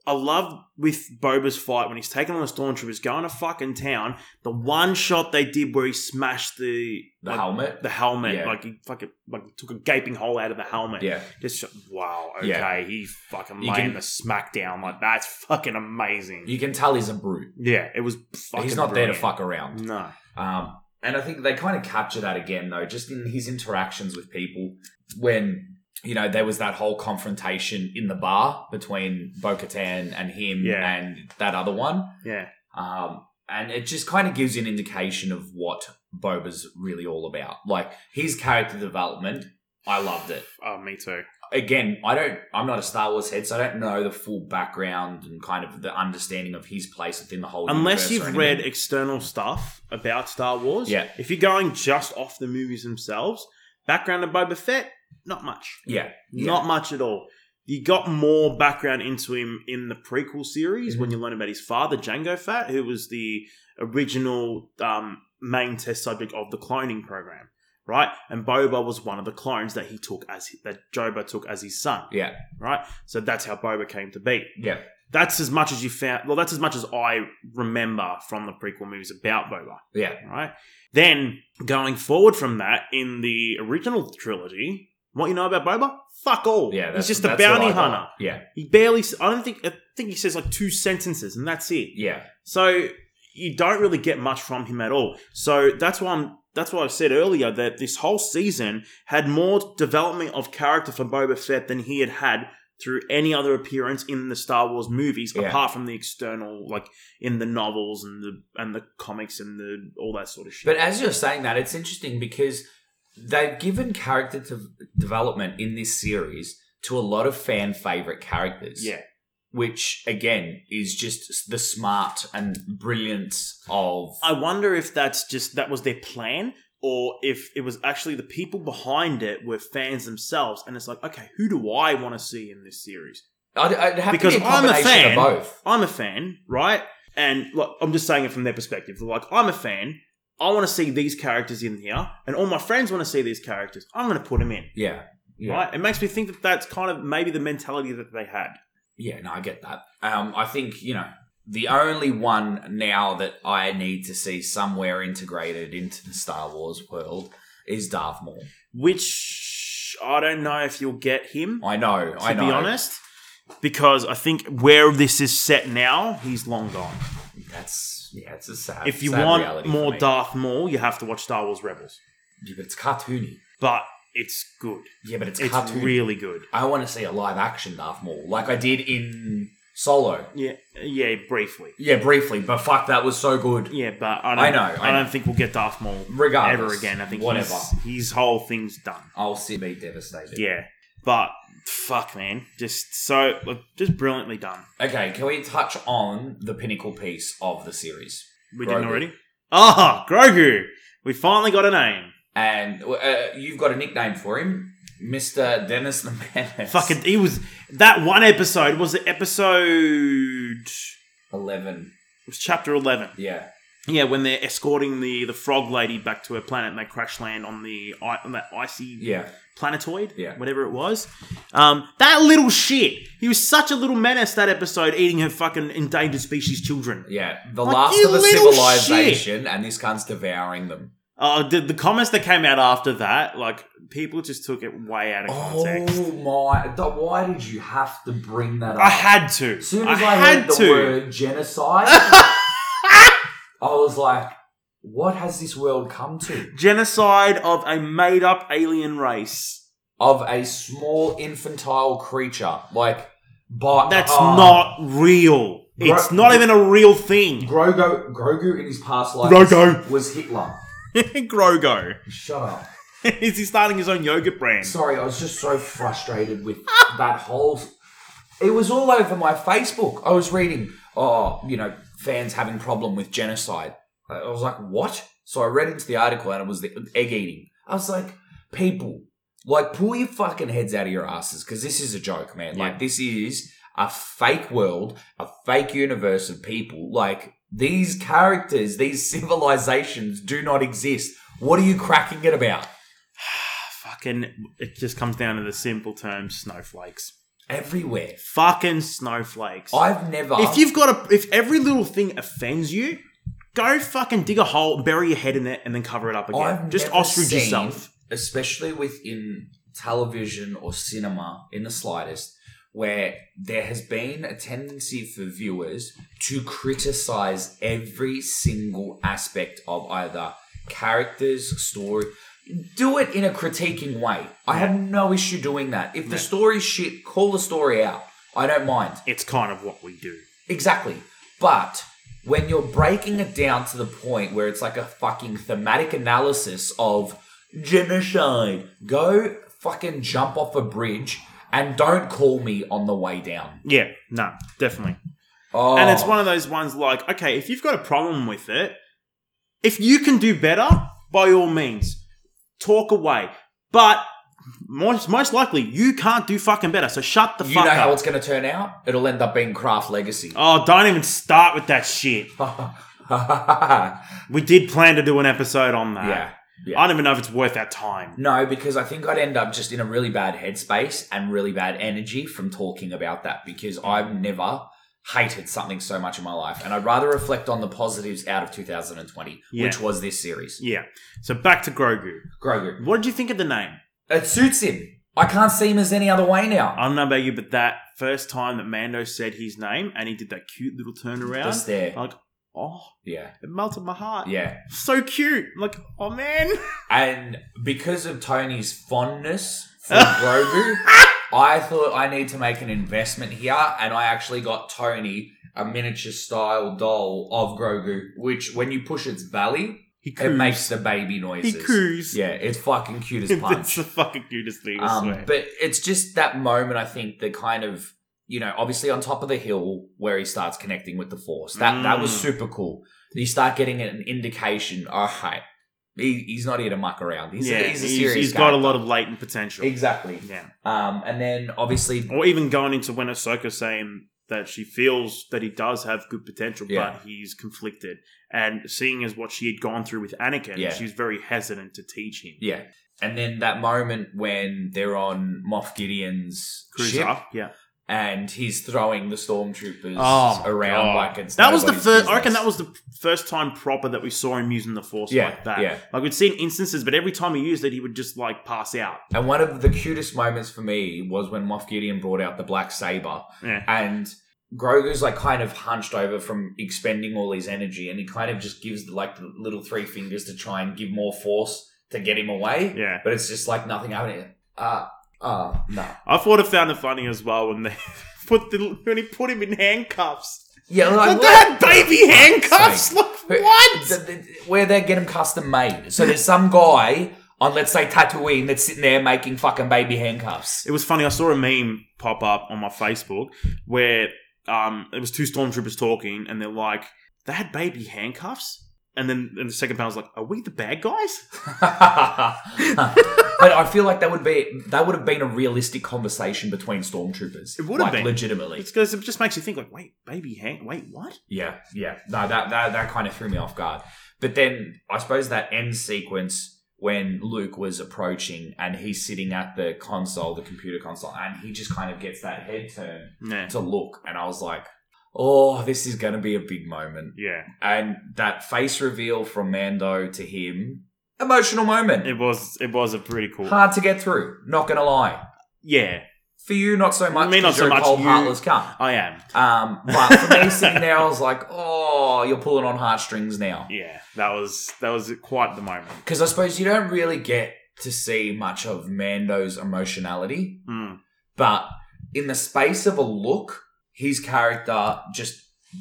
S1: I love with Boba's fight when he's taking on the stormtroopers, going to fucking town. The one shot they did where he smashed the
S2: The
S1: like,
S2: helmet.
S1: the helmet,
S2: Yeah.
S1: like he fucking like took a gaping hole out of the helmet.
S2: Yeah.
S1: Just shot, wow, okay,
S2: Yeah.
S1: he fucking
S2: You
S1: laying
S2: can-
S1: the smackdown like that's fucking amazing.
S2: You can tell he's a brute.
S1: yeah, it was fucking.
S2: he's not there to
S1: brilliant.
S2: fuck around.
S1: No,
S2: Um, and I think they kind of capture that again, though, just in his interactions with people. When, you know, there was that whole confrontation in the bar between Bo Katan and him
S1: Yeah.
S2: and that other one.
S1: yeah,
S2: Um, and it just kind of gives you an indication of what Boba's really all about. Like his character development, I loved it.
S1: oh, me too.
S2: Again, I don't. I'm not a Star Wars head, so I don't know the full background and kind of the understanding of his place within the whole.
S1: Unless
S2: universe or
S1: you've read
S2: anything.
S1: external stuff about Star Wars,
S2: Yeah.
S1: If you're going just off the movies themselves, background of Boba Fett, not much.
S2: yeah, Yeah.
S1: Not much at all. You got more background into him in the prequel series
S2: Mhm.
S1: when you learn about his father, Django Fat, who was the original um, main test subject of the cloning program, right? And Boba was one of the clones that he took as that Joba took as his son,
S2: yeah,
S1: right? So that's how Boba came to be.
S2: yeah,
S1: That's as much as you found. Well, that's as much as I remember from the prequel movies about Boba
S2: yeah,
S1: right? Then going forward from that in the original trilogy, what you know about Boba? Fuck all.
S2: yeah.
S1: he's
S2: that's-
S1: just a
S2: that's what
S1: bounty
S2: I got.
S1: hunter.
S2: Yeah,
S1: He barely. s- I don't think. I think he says like two sentences, and that's it.
S2: yeah,
S1: So you don't really get much from him at all. So that's why I'm. That's why I said earlier that this whole season had more development of character for Boba Fett than he had had through any other appearance in the Star Wars movies,
S2: Yeah.
S1: apart from the external, like in the novels and the and the comics and the all that sort of shit.
S2: But as you're saying that, it's interesting because they've given character de- development in this series to a lot of fan favorite characters.
S1: yeah,
S2: which again is just the smart and brilliance of
S1: I wonder if that's just that was their plan or if it was actually the people behind it were fans themselves and it's like, okay, who do I want to see in this series?
S2: I'd, I'd have
S1: Because
S2: to be a
S1: I'm a
S2: combination
S1: fan.
S2: of both.
S1: I'm a fan, right? And look, I'm just saying it from their perspective. They're like, I'm a fan. I want to see these characters in here, and all my friends want to see these characters. I'm going to put them in,
S2: Yeah, yeah,
S1: right? It makes me think that that's kind of maybe the mentality that they had.
S2: yeah. No, I get that. Um, I think you know the only one now that I need to see somewhere integrated into the Star Wars world is Darth Maul.
S1: Which I don't know if you'll get him.
S2: I know.
S1: to
S2: I know.
S1: be honest, because I think where this is set now, he's long gone.
S2: that's yeah. It's a sad.
S1: if you
S2: sad
S1: want
S2: reality
S1: more
S2: for me.
S1: Darth Maul, you have to watch Star Wars Rebels,
S2: yeah, but it's cartoony.
S1: but it's good.
S2: Yeah, but it's,
S1: It's
S2: cartoony.
S1: really good.
S2: I want to see a live action Darth Maul, like I did in Solo.
S1: Yeah, yeah, briefly.
S2: Yeah, briefly, but fuck, that was so good.
S1: Yeah, but I don't,
S2: I know,
S1: I,
S2: I
S1: don't think we'll get Darth Maul
S2: Regardless,
S1: ever again. I think
S2: whatever.
S1: he's- his whole thing's done.
S2: I'll see be devastated.
S1: Yeah, but fuck, man, just so like, just brilliantly done.
S2: Okay, can we touch on the pinnacle piece of the series?
S1: We didn't
S2: Grogu.
S1: already. Ah, Grogu. We finally got a name.
S2: And uh, you've got a nickname for him, Mister Dennis the Menace.
S1: Fucking, he was that one episode was the episode it
S2: <laughs> eleven.
S1: was chapter eleven.
S2: Yeah,
S1: Yeah, when they're escorting the the frog lady back to her planet, and they crash land on the i- on that icy
S2: yeah,
S1: planetoid,
S2: Yeah.
S1: whatever it was. Um, that little shit. He was such a little menace that episode, eating her fucking endangered species children.
S2: yeah. The
S1: Like,
S2: last
S1: you
S2: of the
S1: little
S2: civilization, and this cunt's devouring them.
S1: Uh, the, the comments that came out after that, like people just took it way out of context.
S2: Oh my! th- Why did you have to bring that up?
S1: I had to.
S2: As soon as I,
S1: I,
S2: heard
S1: had
S2: the
S1: to.
S2: word genocide,
S1: <laughs>
S2: I was like, what has this world come to?
S1: Genocide of a made up alien race.
S2: of a small infantile creature. Like, but
S1: That's
S2: uh,
S1: not real.
S2: Gro-
S1: It's not even a real thing.
S2: Grogu. Grogu in his past life
S1: Grogu.
S2: was Hitler.
S1: <laughs> Grogo.
S2: Shut up.
S1: Is he starting his own yogurt brand?
S2: Sorry, I was just so frustrated with <laughs> that whole. It was all over my Facebook. I was reading, oh, you know, fans having problem with genocide. I I was like, what? So I read into the article and it was the egg eating. I was like, people, like, pull your fucking heads out of your asses because this is a joke, man.
S1: Yeah.
S2: Like, this is a fake world, a fake universe of people. Like, these characters, these civilizations do not exist. What are you cracking it about?
S1: Fucking, it just comes down to the simple term snowflakes.
S2: Everywhere.
S1: Fucking snowflakes.
S2: I've never.
S1: if you've got a, if every little thing offends you, go fucking dig a hole, bury your head in it, and then cover it up again.
S2: I've
S1: just
S2: never
S1: ostrich
S2: seen,
S1: yourself.
S2: especially within television or cinema in the slightest, where there has been a tendency for viewers to criticize every single aspect of either characters, story. Do it in a critiquing way. I have no issue doing that. If the story's shit, call the story out. I don't mind.
S1: It's kind of what we do.
S2: Exactly. But when you're breaking it down to the point where it's like a fucking thematic analysis of genocide, go fucking jump off a bridge and don't call me on the way down.
S1: Yeah, no, definitely.
S2: Oh,
S1: And it's one of those ones like, okay, if you've got a problem with it, if you can do better, by all means, talk away. But most, most likely, you can't do fucking better. So shut the
S2: you know
S1: fuck
S2: how
S1: up.
S2: it's going to turn out. It'll end up being Craft Legacy.
S1: Oh, don't even start with that shit.
S2: <laughs> yeah,
S1: We did plan to do an episode on that.
S2: yeah.
S1: I don't even know if it's worth our time.
S2: No, because I think I'd end up just in a really bad headspace and really bad energy from talking about that because I've never hated something so much in my life. And I'd rather reflect on the positives out of 2020,
S1: Yeah.
S2: which was this series.
S1: Yeah. So back to Grogu.
S2: Grogu.
S1: What did you think of the name?
S2: It suits him. I can't see him as any other way now.
S1: I don't know about you, but that first time that Mando said his name and he did that cute little
S2: Just
S1: turnaround,
S2: there.
S1: like, oh,
S2: Yeah.
S1: it melted my heart.
S2: Yeah.
S1: So cute. I'm like, oh man.
S2: And because of Tony's fondness for <laughs> Grogu, I thought I need to make an investment here, and I actually got Tony a miniature style doll of Grogu, which when you push its belly,
S1: He
S2: it makes the baby noises.
S1: He coos. <laughs>
S2: Yeah, it's fucking cute as
S1: That's
S2: punch.
S1: the fucking cutest thing, I
S2: Um,
S1: swear.
S2: but it's just that moment, I think, the kind of, you know, obviously on top of the hill where he starts connecting with the force. That that was
S1: Mm.
S2: super cool. You start getting an indication, all right, he, he's not here to muck around. He's,
S1: yeah,
S2: a, he's a serious
S1: he's got a
S2: character.
S1: lot of latent potential.
S2: Exactly.
S1: yeah.
S2: Um, and then obviously,
S1: Or even going into when Ahsoka saying that she feels that he does have good potential,
S2: Yeah.
S1: but he's conflicted. And seeing as what she had gone through with Anakin,
S2: Yeah.
S1: she was very hesitant to teach him.
S2: yeah. And then that moment when they're on Moff Gideon's
S1: Cruiser,
S2: ship
S1: yeah.
S2: and he's throwing the stormtroopers
S1: Oh, my
S2: around
S1: God.
S2: like it's
S1: That was the
S2: nobody's
S1: first. I reckon
S2: business.
S1: that was the first time proper that we saw him using the Force
S2: Yeah,
S1: like that.
S2: yeah.
S1: Like we'd seen instances, but every time he used it, he would just like pass out.
S2: And one of the cutest moments for me was when Moff Gideon brought out the black saber,
S1: Yeah.
S2: and Grogu's like kind of hunched over from expending all his energy, and he kind of just gives like the little three fingers to try and give more force to get him away.
S1: Yeah.
S2: But it's just like nothing happening. Uh, uh, no.
S1: I thought I found it funny as well when they <laughs> put the when he put him in handcuffs.
S2: Yeah, like, Oh,
S1: Like, they had baby handcuffs.
S2: Sake.
S1: Like what?
S2: Th- th- Where they get them custom made. So there's some guy on, let's say, Tatooine that's sitting there making fucking baby handcuffs.
S1: It was funny. I saw a meme pop up on my Facebook where um, it was two stormtroopers talking, and they're like, "They had baby handcuffs." And then and the second panel's like, "Are we the bad guys?" <laughs>
S2: <laughs> but I feel like that would be that would have been a realistic conversation between stormtroopers.
S1: It would have
S2: like,
S1: been.
S2: legitimately.
S1: It's because it just makes you think, like, wait, baby hand, wait, what?
S2: Yeah, yeah. No, that that that kind of threw me off guard. But then I suppose that end sequence when Luke was approaching and he's sitting at the console, the computer console, and he just kind of gets that head turn
S1: Yeah,
S2: to look, and I was like, "Oh, this is going to be a big moment."
S1: yeah.
S2: And that face reveal from Mando to him, emotional moment.
S1: It was it was a pretty cool.
S2: Hard to get through. Not going to lie.
S1: Yeah,
S2: For you, not so much.
S1: Me, not
S2: 'cause
S1: so
S2: you're a
S1: much.
S2: Cold,
S1: You-
S2: heartless cunt.
S1: I am.
S2: Um, but for me,
S1: <laughs>
S2: sitting there, I was like, "Oh, you're pulling on heartstrings now,"
S1: Yeah, that was that was quite the moment.
S2: because I suppose you don't really get to see much of Mando's emotionality,
S1: Mm.
S2: but in the space of a look, his character just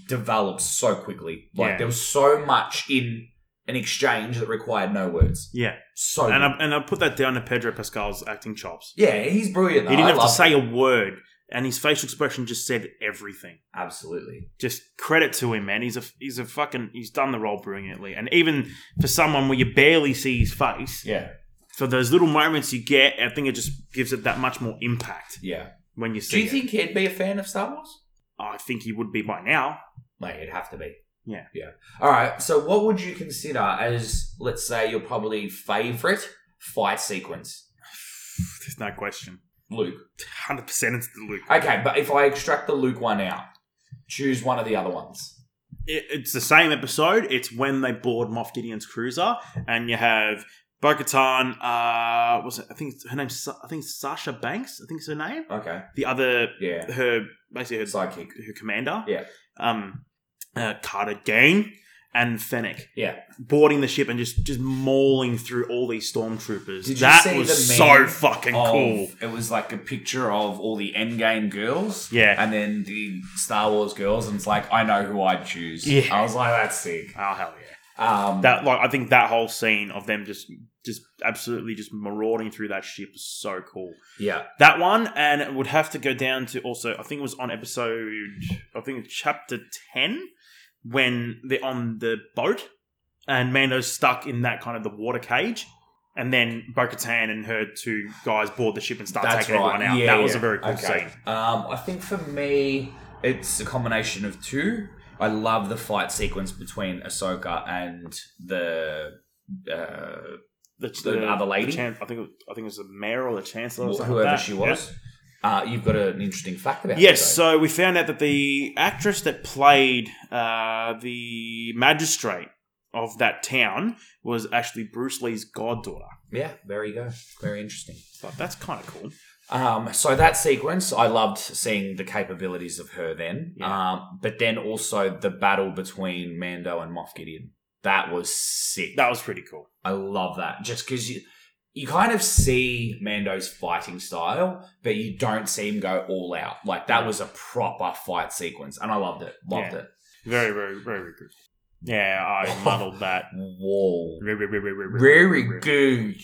S2: develops so quickly. Like
S1: Yeah.
S2: there was so much in an exchange that required no words.
S1: Yeah,
S2: So
S1: and I,
S2: good.
S1: and I put that down to Pedro Pascal's acting chops.
S2: yeah, he's brilliant.
S1: he
S2: though.
S1: didn't
S2: I
S1: have to
S2: love
S1: say
S2: him.
S1: a word, and his facial expression just said everything.
S2: absolutely.
S1: Just credit to him, man. He's a he's a fucking he's done the role brilliantly, and even for someone where you barely see his face,
S2: Yeah,
S1: for those little moments you get, I think it just gives it that much more impact
S2: yeah.
S1: when you see.
S2: Do you
S1: it. Oh,
S2: think he'd be a fan of Star Wars?
S1: I think he would be by now.
S2: Like it'd have to be.
S1: Yeah.
S2: yeah. All right. So, what would you consider as, let's say, your probably favorite fight sequence,
S1: There's no question.
S2: Luke?
S1: Hundred percent, it's the Luke.
S2: Okay, but if I extract the Luke one out, choose one of the other ones.
S1: it, it's the same episode. It's when they board Moff Gideon's cruiser, and you have Bo-Katan. Uh, was it? I think it's- her name's Sa- I think it's Sasha Banks. I think it's her name.
S2: Okay.
S1: The other,
S2: Yeah.
S1: her basically her,
S2: Sidekick.
S1: her commander.
S2: Yeah.
S1: Um, uh, Carter Dane and Fennec.
S2: Yeah.
S1: Boarding the ship and just just mauling through all these stormtroopers.
S2: Did you
S1: that
S2: see
S1: was
S2: the
S1: so
S2: meme
S1: fucking
S2: Of-
S1: cool.
S2: It was like a picture of all the Endgame girls.
S1: Yeah.
S2: And then the Star Wars girls, and it's like I know who I'd choose.
S1: Yeah.
S2: I was like, that's sick.
S1: Oh hell yeah.
S2: Um,
S1: That like I think that whole scene of them just just absolutely just marauding through that ship is so cool.
S2: yeah,
S1: That one, and it would have to go down to also, I think it was on episode, I think it's chapter 10, when they're on the boat and Mando's stuck in that kind of the water cage. And then Bo Katan and her two guys board the ship and start
S2: that's
S1: taking
S2: right.
S1: everyone out.
S2: Yeah,
S1: that was
S2: yeah.
S1: a very cool
S2: Okay.
S1: scene.
S2: Um, I think for me, it's a combination of two. I love the fight sequence between Ahsoka and the. Uh,
S1: The,
S2: The other lady?
S1: chan- I, think it was, I think it was the mayor or the chancellor or
S2: Wh-
S1: something like
S2: whoever
S1: that.
S2: she was. Uh, you've got an interesting fact about
S1: Yeah.
S2: her,
S1: Yes,
S2: though.
S1: so we found out that the actress that played uh, the magistrate of that town was actually Bruce Lee's goddaughter.
S2: yeah, there you go. Very interesting.
S1: But that's kind of cool.
S2: Um, so that sequence, I loved seeing the capabilities of her then.
S1: Yeah.
S2: Um, but then also the battle between Mando and Moff Gideon. That was sick.
S1: That was pretty cool.
S2: I love that. Just because you, you kind of see Mando's fighting style, but you don't see him go all out. Like that was a proper fight sequence, and I loved it. Loved
S1: Yeah.
S2: it.
S1: Very, very, very good. Yeah, I muddled that.
S2: Whoa.
S1: Very, very, very, very, <laughs>
S2: Very
S1: very,
S2: good.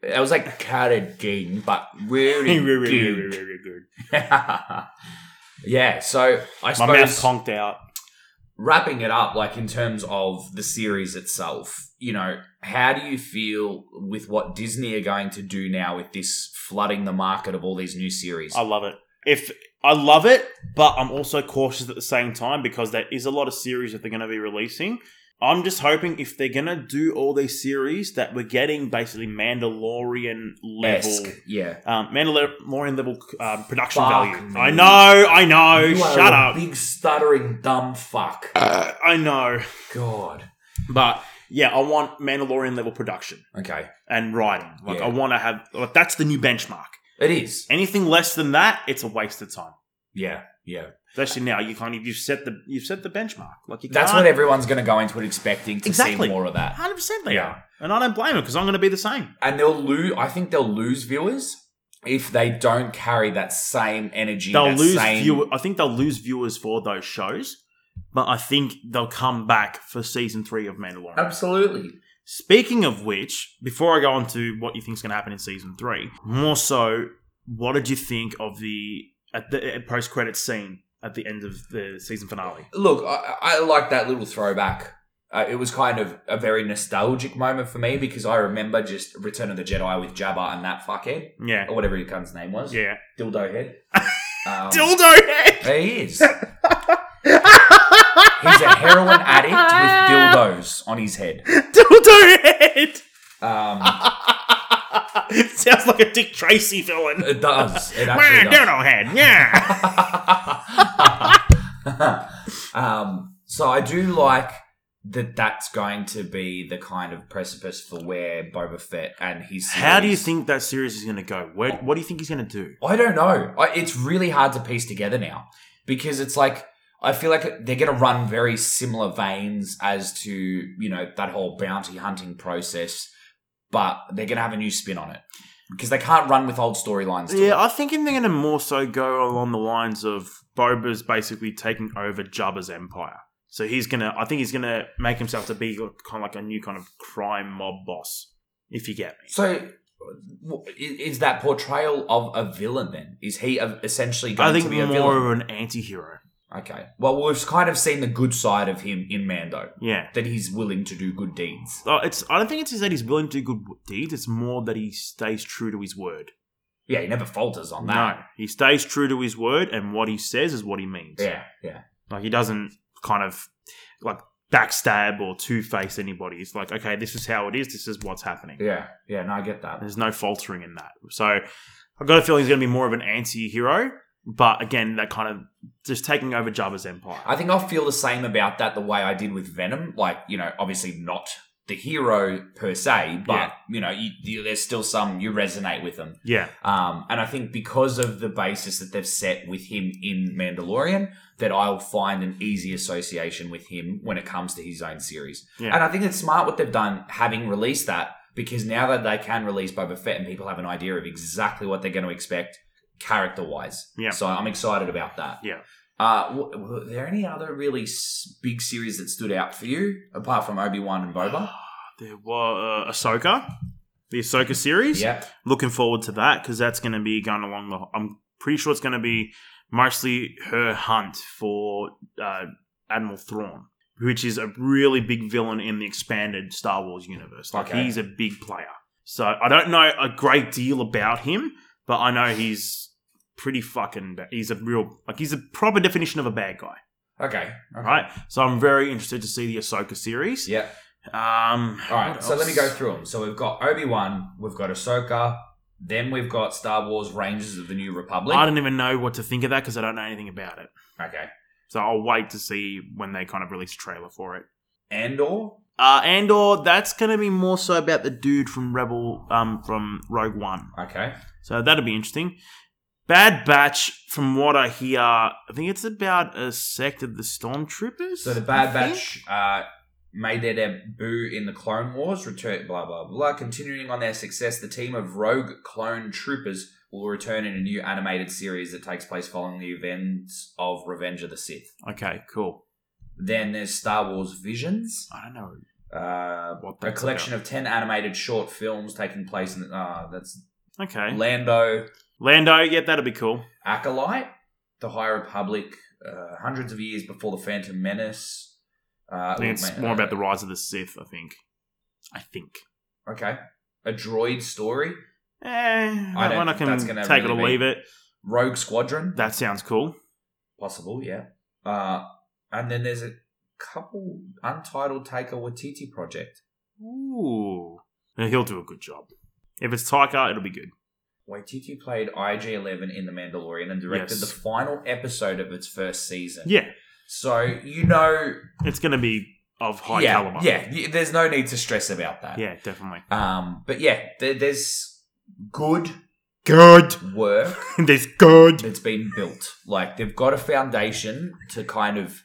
S2: That was like carrot game, but really
S1: very, very, very, very,
S2: good.
S1: very good.
S2: <laughs> yeah, so I
S1: My mouth
S2: suppose
S1: conked out.
S2: wrapping it up, like in terms of the series itself, you know, how do you feel with what Disney are going to do now with this flooding the market of all these new series?
S1: I love it. If I love it, but I'm also cautious at the same time because there is a lot of series that they're going to be releasing. I'm just hoping if they're going to do all these series that we're getting basically Mandalorian level,
S2: Esque, yeah.
S1: um, Mandalorian level um, production
S2: Fuck
S1: value.
S2: me.
S1: I know, I know.
S2: You are
S1: shut
S2: a
S1: up.
S2: big stuttering dumb fuck.
S1: I know,
S2: God.
S1: but yeah, I want Mandalorian level production
S2: Okay,
S1: and writing. Like
S2: Yeah.
S1: I want to have. Like, that's the new benchmark.
S2: it is.
S1: Anything less than that, it's a waste of time.
S2: Yeah, yeah.
S1: Especially now, you kind of you've set the you've set the benchmark. Like you
S2: That's
S1: can't-
S2: what everyone's going to go into it expecting to
S1: Exactly.
S2: see more of that.
S1: Hundred percent, they
S2: Yeah.
S1: are, and I don't blame them because I'm going to be the same.
S2: and they'll lose. I think they'll lose viewers if they don't carry that same energy.
S1: They'll
S2: that
S1: lose
S2: same,
S1: view. I think they'll lose viewers for those shows, but I think they'll come back for season three of Mandalorian.
S2: Absolutely.
S1: Speaking of which, before I go on to what you think's going to happen in season three, more so, what did you think of the at the post credit scene at the end of the season finale?
S2: Look, I, I like that little throwback. Uh, it was kind of a very nostalgic moment for me because I remember just Return of the Jedi with Jabba and that fuckhead
S1: Yeah,
S2: or whatever his cunt's name was.
S1: yeah, <laughs>
S2: Dildo head. Um,
S1: dildo head. <laughs>
S2: there he is. He's a heroin addict with dildos on his head.
S1: dildo head. <laughs>
S2: Um,
S1: Sounds like a Dick Tracy villain.
S2: it does. It
S1: Man,
S2: actually does.
S1: dildo head. Yeah.
S2: <laughs> um, so I do like that. That's going to be the kind of precipice for where Boba Fett and his.
S1: <laughs> How do you
S2: series-
S1: think that series is going to go? Where, what do you think he's going to do?
S2: I don't know. I, it's really hard to piece together now because it's like I feel like they're going to run very similar veins as to you know that whole bounty hunting process. but they're going to have a new spin on it because they can't run with old storylines. to
S1: Yeah,
S2: it.
S1: I think they're going to more so go along the lines of Boba's basically taking over Jabba's empire. So he's going to, I think he's going to make himself to be kind of like a new kind of crime mob boss, if you get me.
S2: So w- i- is that portrayal of a villain then? Is he a, essentially going
S1: I think
S2: to be a
S1: more of
S2: villain?
S1: an anti hero.
S2: Okay. Well, we've kind of seen the good side of him in Mando
S1: Yeah.
S2: that he's willing to do good deeds.
S1: Oh, it's. I don't think it's that he's willing to do good deeds. It's more that he stays true to his word.
S2: Yeah, he never falters on
S1: No,
S2: that.
S1: he stays true to his word, and what he says is what he means.
S2: Yeah, yeah.
S1: Like he doesn't kind of like backstab or two face anybody. It's like, okay, this is how it is. This is what's happening.
S2: Yeah, yeah, no, I get that.
S1: There's no faltering in that. So I've got a feeling he's going to be more of an anti-hero, but again, that kind of just taking over Jabba's empire.
S2: I think I'll feel the same about that the way I did with Venom. Like, you know, obviously not the hero per se, but,
S1: Yeah.
S2: you know, you, you, there's still some you resonate with them.
S1: yeah,
S2: Um, and I think because of the basis that they've set with him in Mandalorian, that I'll find an easy association with him when it comes to his own series.
S1: Yeah.
S2: And I think it's smart what they've done having released that because now that they can release Boba Fett and people have an idea of exactly what they're going to expect character wise.
S1: Yeah.
S2: So I'm excited about that.
S1: Yeah.
S2: Uh, w- were there any other really s- big series that stood out for you apart from Obi Wan and Boba?
S1: there was uh, Ahsoka, the Ahsoka series.
S2: Yeah.
S1: looking forward to that because that's going to be going along the. I'm pretty sure it's going to be mostly her hunt for uh, Admiral Thrawn, which is a really big villain in the expanded Star Wars universe. Like
S2: Okay.
S1: he's a big player. So I don't know a great deal about him, but I know he's pretty fucking. Ba- he's a real like he's a proper definition of a bad guy,
S2: Okay. okay.
S1: right? So I'm very interested to see the Ahsoka series.
S2: Yeah.
S1: Um,
S2: All right,
S1: what
S2: so let me
S1: else?
S2: go through them. So we've got Obi Wan, we've got Ahsoka, then we've got Star Wars Rangers of the New Republic.
S1: I don't even know what to think of that because I don't know anything about it.
S2: okay,
S1: So I'll wait to see when they kind of release a trailer for it.
S2: Andor.
S1: Uh, Andor, that's going to be more so about the dude from Rebel, um, from Rogue One.
S2: Okay,
S1: So that'll be interesting. Bad Batch, from what I hear, I think it's about a sect of the Stormtroopers.
S2: so the Bad
S1: I think?
S2: Batch uh, made their debut in the Clone Wars. Return blah blah blah. Continuing on their success, the team of rogue clone troopers will return in a new animated series that takes place following the events of Revenge of the Sith.
S1: Okay, cool.
S2: Then there's Star Wars Visions.
S1: I don't know
S2: Uh,
S1: what
S2: a
S1: that's
S2: collection of 10 animated short films taking place in uh, that's
S1: about. Okay.
S2: Lando,
S1: Lando, yeah, that'll be cool.
S2: Acolyte, The High Republic, uh, hundreds of years before The Phantom Menace. Uh,
S1: I think it's more about the rise of the Sith, I think. I think.
S2: uh, Okay. A droid story,
S1: Eh, that
S2: don't
S1: one I
S2: think
S1: can
S2: that's gonna
S1: take it or
S2: really be-
S1: leave it.
S2: Rogue Squadron,
S1: That sounds cool.
S2: possible, yeah. Uh, and then there's a couple untitled Taika Waititi project.
S1: Ooh. Yeah, He'll do a good job. If it's Taika, it'll be good.
S2: Waititi played IG-11 in The Mandalorian and directed
S1: Yes.
S2: the final episode of its first season.
S1: Yeah,
S2: So you know,
S1: it's going to be of high
S2: yeah,
S1: caliber.
S2: yeah. y- There's no need to stress about that.
S1: Yeah, definitely.
S2: Um, but yeah, there, there's good
S1: Good. <laughs>
S2: work
S1: There's good.
S2: that's been built. Like they've got a foundation to kind of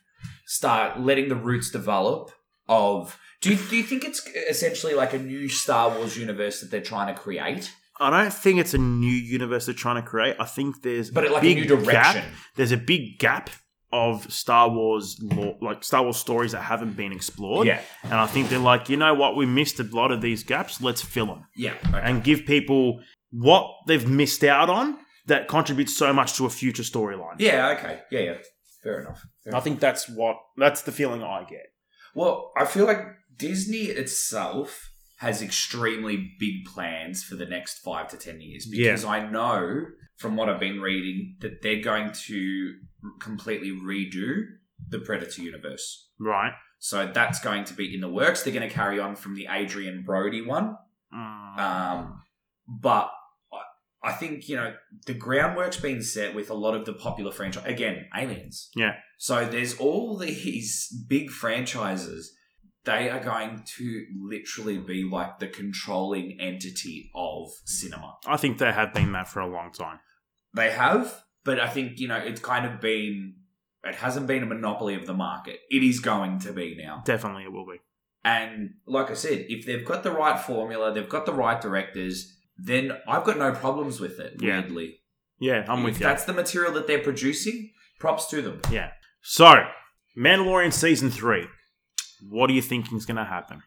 S2: start letting the roots develop. Of do you, do you think it's essentially like a new Star Wars universe that they're trying to create,
S1: I don't think it's a new universe they're trying to create. I think there's
S2: but like
S1: big
S2: a new direction?
S1: Gap. There's a big gap of Star Wars lore, like Star Wars stories that haven't been explored.
S2: Yeah,
S1: And I think they're like, you know what? We missed a lot of these gaps. Let's fill them
S2: yeah. Okay.
S1: and give people what they've missed out on that contributes so much to a future storyline.
S2: Yeah. Okay. Yeah. Yeah. Fair enough. Fair
S1: I think that's what that's the feeling I get.
S2: Well, I feel like Disney itself has extremely big plans for the next five to ten years
S1: Yeah.
S2: because I know from what I've been reading that they're going to completely redo the Predator universe.
S1: Right.
S2: So that's going to be in the works. They're going to carry on from the Adrian Brody one.
S1: Mm.
S2: Um, but I- I think, you know, the groundwork's been set with a lot of the popular franchise. Again, Aliens.
S1: Yeah.
S2: So there's all <laughs> these big franchises. They are going to literally be like the controlling entity of cinema.
S1: I think they have been that for a long time.
S2: They have, but I think, you know, it's kind of been, it hasn't been a monopoly of the market. It is going to be now.
S1: Definitely, it will be.
S2: And like I said, if they've got the right formula, they've got the right directors, then I've got no problems with it.
S1: Yeah.
S2: Weirdly,
S1: Yeah, I'm
S2: if
S1: with you.
S2: that's the material that they're producing, props to them.
S1: Yeah. So, Mandalorian season three. What are you thinking is going to happen?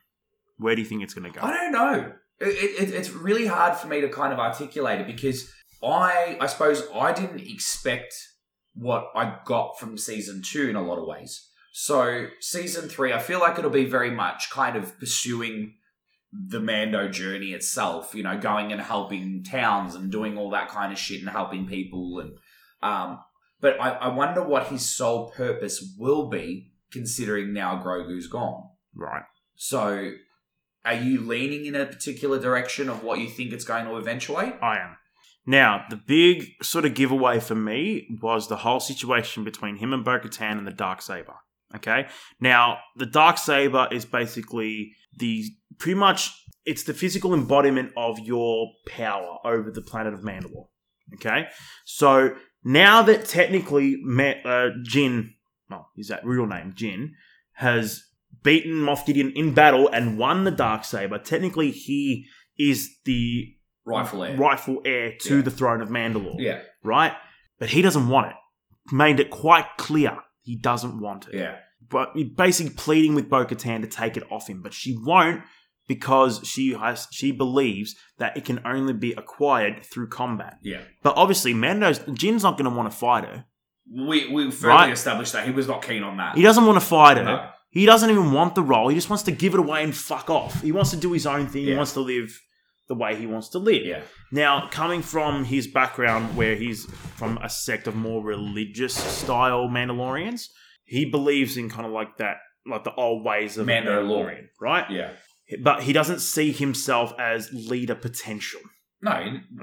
S1: Where do you think it's going to go?
S2: I don't know. It, it, it's really hard for me to kind of articulate it because I, I suppose, I didn't expect what I got from season two in a lot of ways. So season three, I feel like it'll be very much kind of pursuing the Mando journey itself. You know, going and helping towns and doing all that kind of shit and helping people and. Um, but I, I wonder what his sole purpose will be, considering now Grogu's gone.
S1: Right.
S2: So, are you leaning in a particular direction of what you think it's going to eventuate?
S1: I am. Now, the big sort of giveaway for me was the whole situation between him and Bo Katan and the Dark Saber. Okay. Now, the Dark Saber is basically the pretty much it's the physical embodiment of your power over the planet of Mandalore. Okay. So now that technically Ma- uh, Jin, well, is that real name Jin, has beaten Moff Gideon in battle and won the Dark Saber. Technically, he is the
S2: Rifle air.
S1: rightful heir to
S2: Yeah.
S1: the throne of Mandalore.
S2: Yeah,
S1: Right? But he doesn't want it. Made it quite clear he doesn't want it.
S2: yeah,
S1: But he's basically pleading with Bo Katan to take it off him, but she won't because she has she believes that it can only be acquired through combat.
S2: yeah.
S1: But obviously Mando's Jin's not gonna want to fight her.
S2: We we firmly
S1: Right.
S2: established that he was not keen on that.
S1: He doesn't want to fight her.
S2: No.
S1: He doesn't even want the role. He just wants to give it away and fuck off. He wants to do his own thing. He
S2: Yeah.
S1: wants to live the way he wants to live.
S2: Yeah,
S1: Now, coming from his background, where he's from a sect of more religious style Mandalorians, he believes in kind of like that, like the old ways of a
S2: Mandalorian.
S1: right?
S2: yeah.
S1: But he doesn't see himself as leader potential.
S2: No,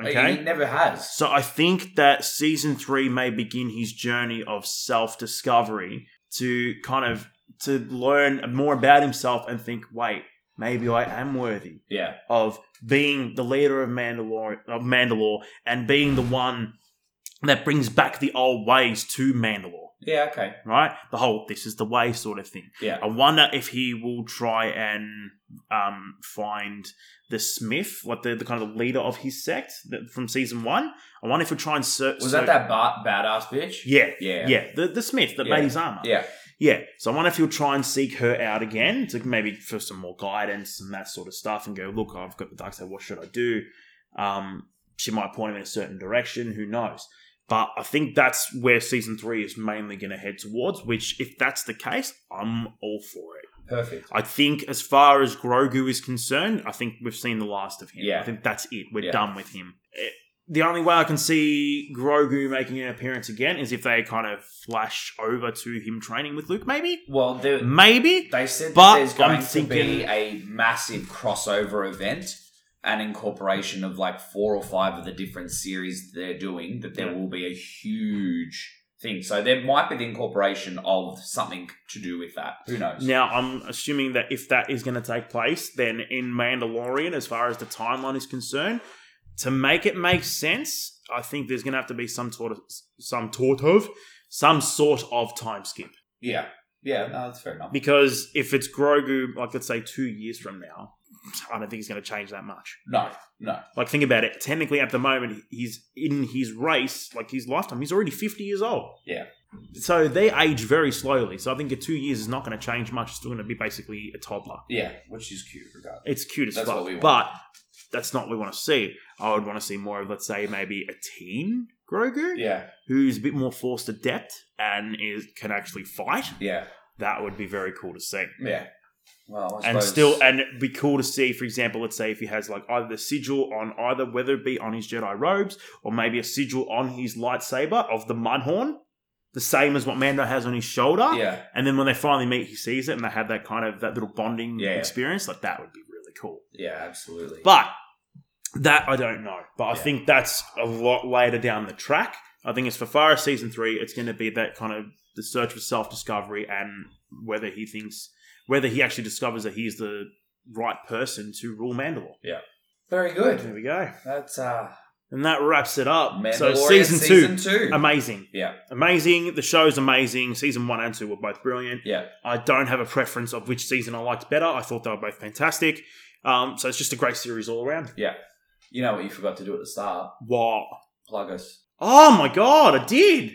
S2: he,
S1: Okay.
S2: he never has.
S1: So I think that season three may begin his journey of self discovery to kind of to learn more about himself and think, wait, maybe I am worthy
S2: Yeah,
S1: of being the leader of Mandalore, of Mandalore and being the one that brings back the old ways to Mandalore,
S2: yeah. Okay.
S1: right? The whole this is the way sort of thing.
S2: Yeah,
S1: I wonder if he will try and um, find the Smith, like the, the kind of leader of his sect that, from season one. I wonder if he'll try and search.
S2: was that that ba- badass bitch?
S1: Yeah,
S2: yeah,
S1: yeah, the, the Smith that
S2: Yeah.
S1: made his armor.
S2: yeah.
S1: Yeah, so I wonder if he'll try and seek her out again to maybe for some more guidance and that sort of stuff, and go, look, I've got the dark side. What should I do? Um, she might point him in a certain direction. Who knows? But I think that's where season three is mainly going to head towards. Which, if that's the case, I'm all for it.
S2: Perfect.
S1: I think, as far as Grogu is concerned, I think we've seen the last of him.
S2: Yeah.
S1: I think that's it. We're
S2: Yeah.
S1: done with him. Eh, the only way I can see Grogu making an appearance again is if they kind of flash over to him training with Luke, maybe?
S2: Well, there,
S1: Maybe.
S2: They said
S1: But
S2: that there's
S1: I'm
S2: going to be
S1: thinking-
S2: a massive crossover event and incorporation of like four or five of the different series that they're doing, that there
S1: Yeah.
S2: will be a huge thing. So there might be the incorporation of something to do with that. Who knows?
S1: Now, I'm assuming that if that is going to take place, then in Mandalorian, as far as the timeline is concerned, to make it make sense, I think there's going to have to be some sort of, some sort of, some sort of time skip.
S2: Yeah. Yeah, no, that's fair enough.
S1: Because if it's Grogu, like let's say two years from now, I don't think he's going to change that much.
S2: No, no.
S1: Like think about it. Technically, at the moment, he's in his race, like his lifetime. He's already fifty years old.
S2: Yeah.
S1: So they age very slowly. So I think in two years is not going to change much. It's still going to be basically a toddler.
S2: Yeah, which is cute regardless.
S1: It's cute as
S2: That's
S1: fuck,
S2: what we want.
S1: but that's not what we want to see. I would want to see more of, let's say, maybe a teen Grogu
S2: Yeah,
S1: who's a bit more force adept and is can actually fight.
S2: yeah,
S1: That would be very cool to see
S2: yeah. Well, I
S1: and
S2: suppose-
S1: still and it'd be cool to see for example let's say if he has like either the sigil on either whether it be on his jedi robes or maybe a sigil on his lightsaber of the mudhorn the same as what mando has on his shoulder
S2: Yeah,
S1: and then when they finally meet he sees it and they have that kind of that little bonding
S2: Yeah.
S1: experience like that would be really cool
S2: yeah, absolutely.
S1: but that i don't know but i
S2: Yeah.
S1: think that's a lot later down the track i think as for far as season three it's going to be that kind of the search for self-discovery and whether he thinks whether he actually discovers that he's the right person to rule mandalore
S2: Very good.
S1: there we go
S2: That's uh
S1: And that wraps it up.
S2: Mandalorian
S1: So season two,
S2: season two.
S1: amazing,
S2: yeah,
S1: amazing. The show's amazing. Season one and two were both brilliant.
S2: yeah,
S1: I don't have a preference of which season I liked better. I thought they were both fantastic. Um, so it's just a great series all around.
S2: yeah. You know what you forgot to do at the start?
S1: Wow.
S2: Plug us.
S1: Oh my god, I did.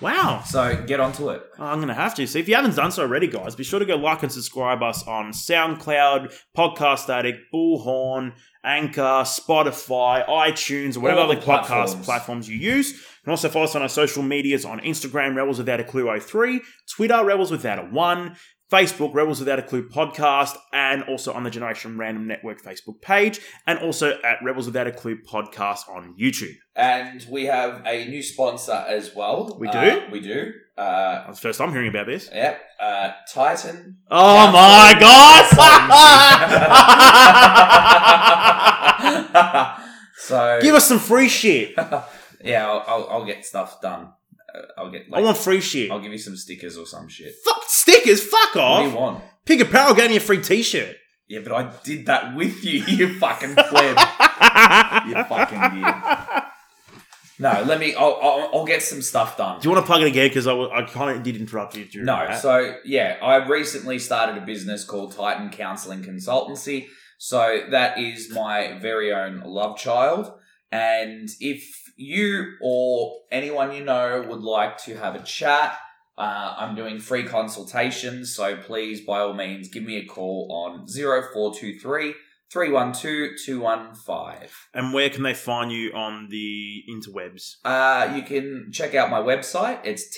S1: Wow. Uh,
S2: So get onto it.
S1: I'm going to have to. So if you haven't done so already, guys, be sure to go like and subscribe us on SoundCloud, Podcast Addict, Bullhorn, Anchor, Spotify, iTunes, or whatever
S2: All
S1: other
S2: the
S1: podcast
S2: platforms.
S1: platforms. you use. You can also follow us on our social medias on Instagram, Rebels Without a Clue 03, Twitter, Rebels Without a 1, Facebook, Rebels Without a Clue podcast, and also on the Generation Random Network Facebook page, and also at Rebels Without a Clue podcast on YouTube.
S2: And we have a new sponsor as well.
S1: We
S2: Uh,
S1: do?
S2: we do. Uh,
S1: That's the first I'm hearing about this.
S2: yep. Uh, Titan.
S1: Oh
S2: Yeah.
S1: my god!
S2: <laughs> <laughs> so
S1: Give us some free shit.
S2: yeah, I'll, I'll, I'll get stuff done. Uh, I'll get.
S1: I
S2: Like,
S1: want free shit.
S2: I'll give you some stickers or some shit.
S1: Fuck stickers. Fuck
S2: What do you
S1: off.
S2: want?
S1: Pig Apparel gave me a free
S2: <laughs>
S1: T-shirt.
S2: Yeah, but I did that with you. <laughs> You fucking pleb.
S1: you <laughs>
S2: fucking weird. No, let me. I'll, I'll, I'll get some stuff done.
S1: Do you want to plug it again? Because I, wa- I kind of did interrupt you. During
S2: No,
S1: that.
S2: so yeah, I recently started a business called Titan Counseling Consultancy. So that is my very own love child. And if you or anyone you know would like to have a chat, uh, I'm doing free consultations. So please, by all means, give me a call on 0423 312 215.
S1: and where can they find you on the interwebs?
S2: Uh, you can check out my website. It's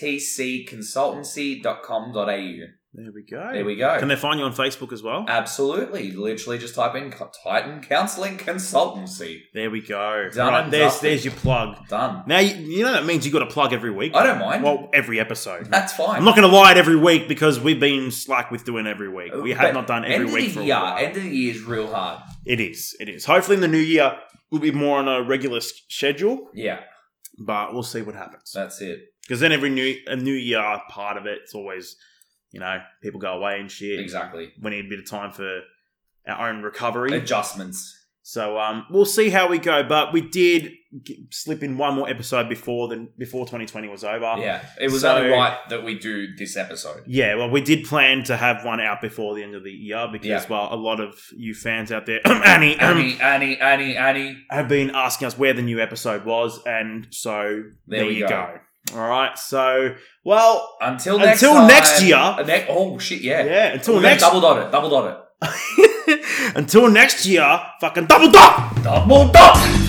S2: tcconsultancy.com.au.
S1: There we go.
S2: There we go. Uh,
S1: Can they find you on Facebook as well?
S2: Absolutely. Literally just type in co- Titan Counseling Consultancy.
S1: there we go.
S2: Done
S1: Right,
S2: and
S1: there's
S2: dusted.
S1: there's your plug.
S2: Done.
S1: Now you, you know that means you got to plug every week.
S2: I don't mind.
S1: Well, every episode.
S2: That's fine.
S1: I'm not going to lie at every week because we've been slack with doing every week. We have
S2: But
S1: not done every
S2: end
S1: week
S2: of
S1: for
S2: the
S1: a
S2: year.
S1: while.
S2: End of the year is real hard.
S1: It is. It is. Hopefully, in the new year, we'll be more on a regular s- schedule,
S2: Yeah,
S1: but we'll see what happens.
S2: that's it.
S1: Because then every new a new year part of it, it's always you know people go away and shit.
S2: Exactly.
S1: We need a bit of time for our own recovery.
S2: Adjustments.
S1: So um, we'll see how we go. But we did g- slip in one more episode before than before 2020 was over.
S2: Yeah. It was
S1: Oh. So-
S2: only right that we do this episode.
S1: Yeah, well, we did plan to have one out before the end of the year because,
S2: Yeah.
S1: well, a lot of you fans out there, <clears throat> Annie, um,
S2: Annie, Annie, Annie, Annie.
S1: have been asking us where the new episode was, and so
S2: There
S1: there,
S2: we
S1: you
S2: go.
S1: go. All right, so well,
S2: Until next
S1: until
S2: time-
S1: next year,
S2: Ne- oh, shit, yeah.
S1: yeah, until
S2: We're gonna
S1: next, <laughs>
S2: Double dot it. Double dot
S1: until next year, fucking double dog.
S2: it. Double dot!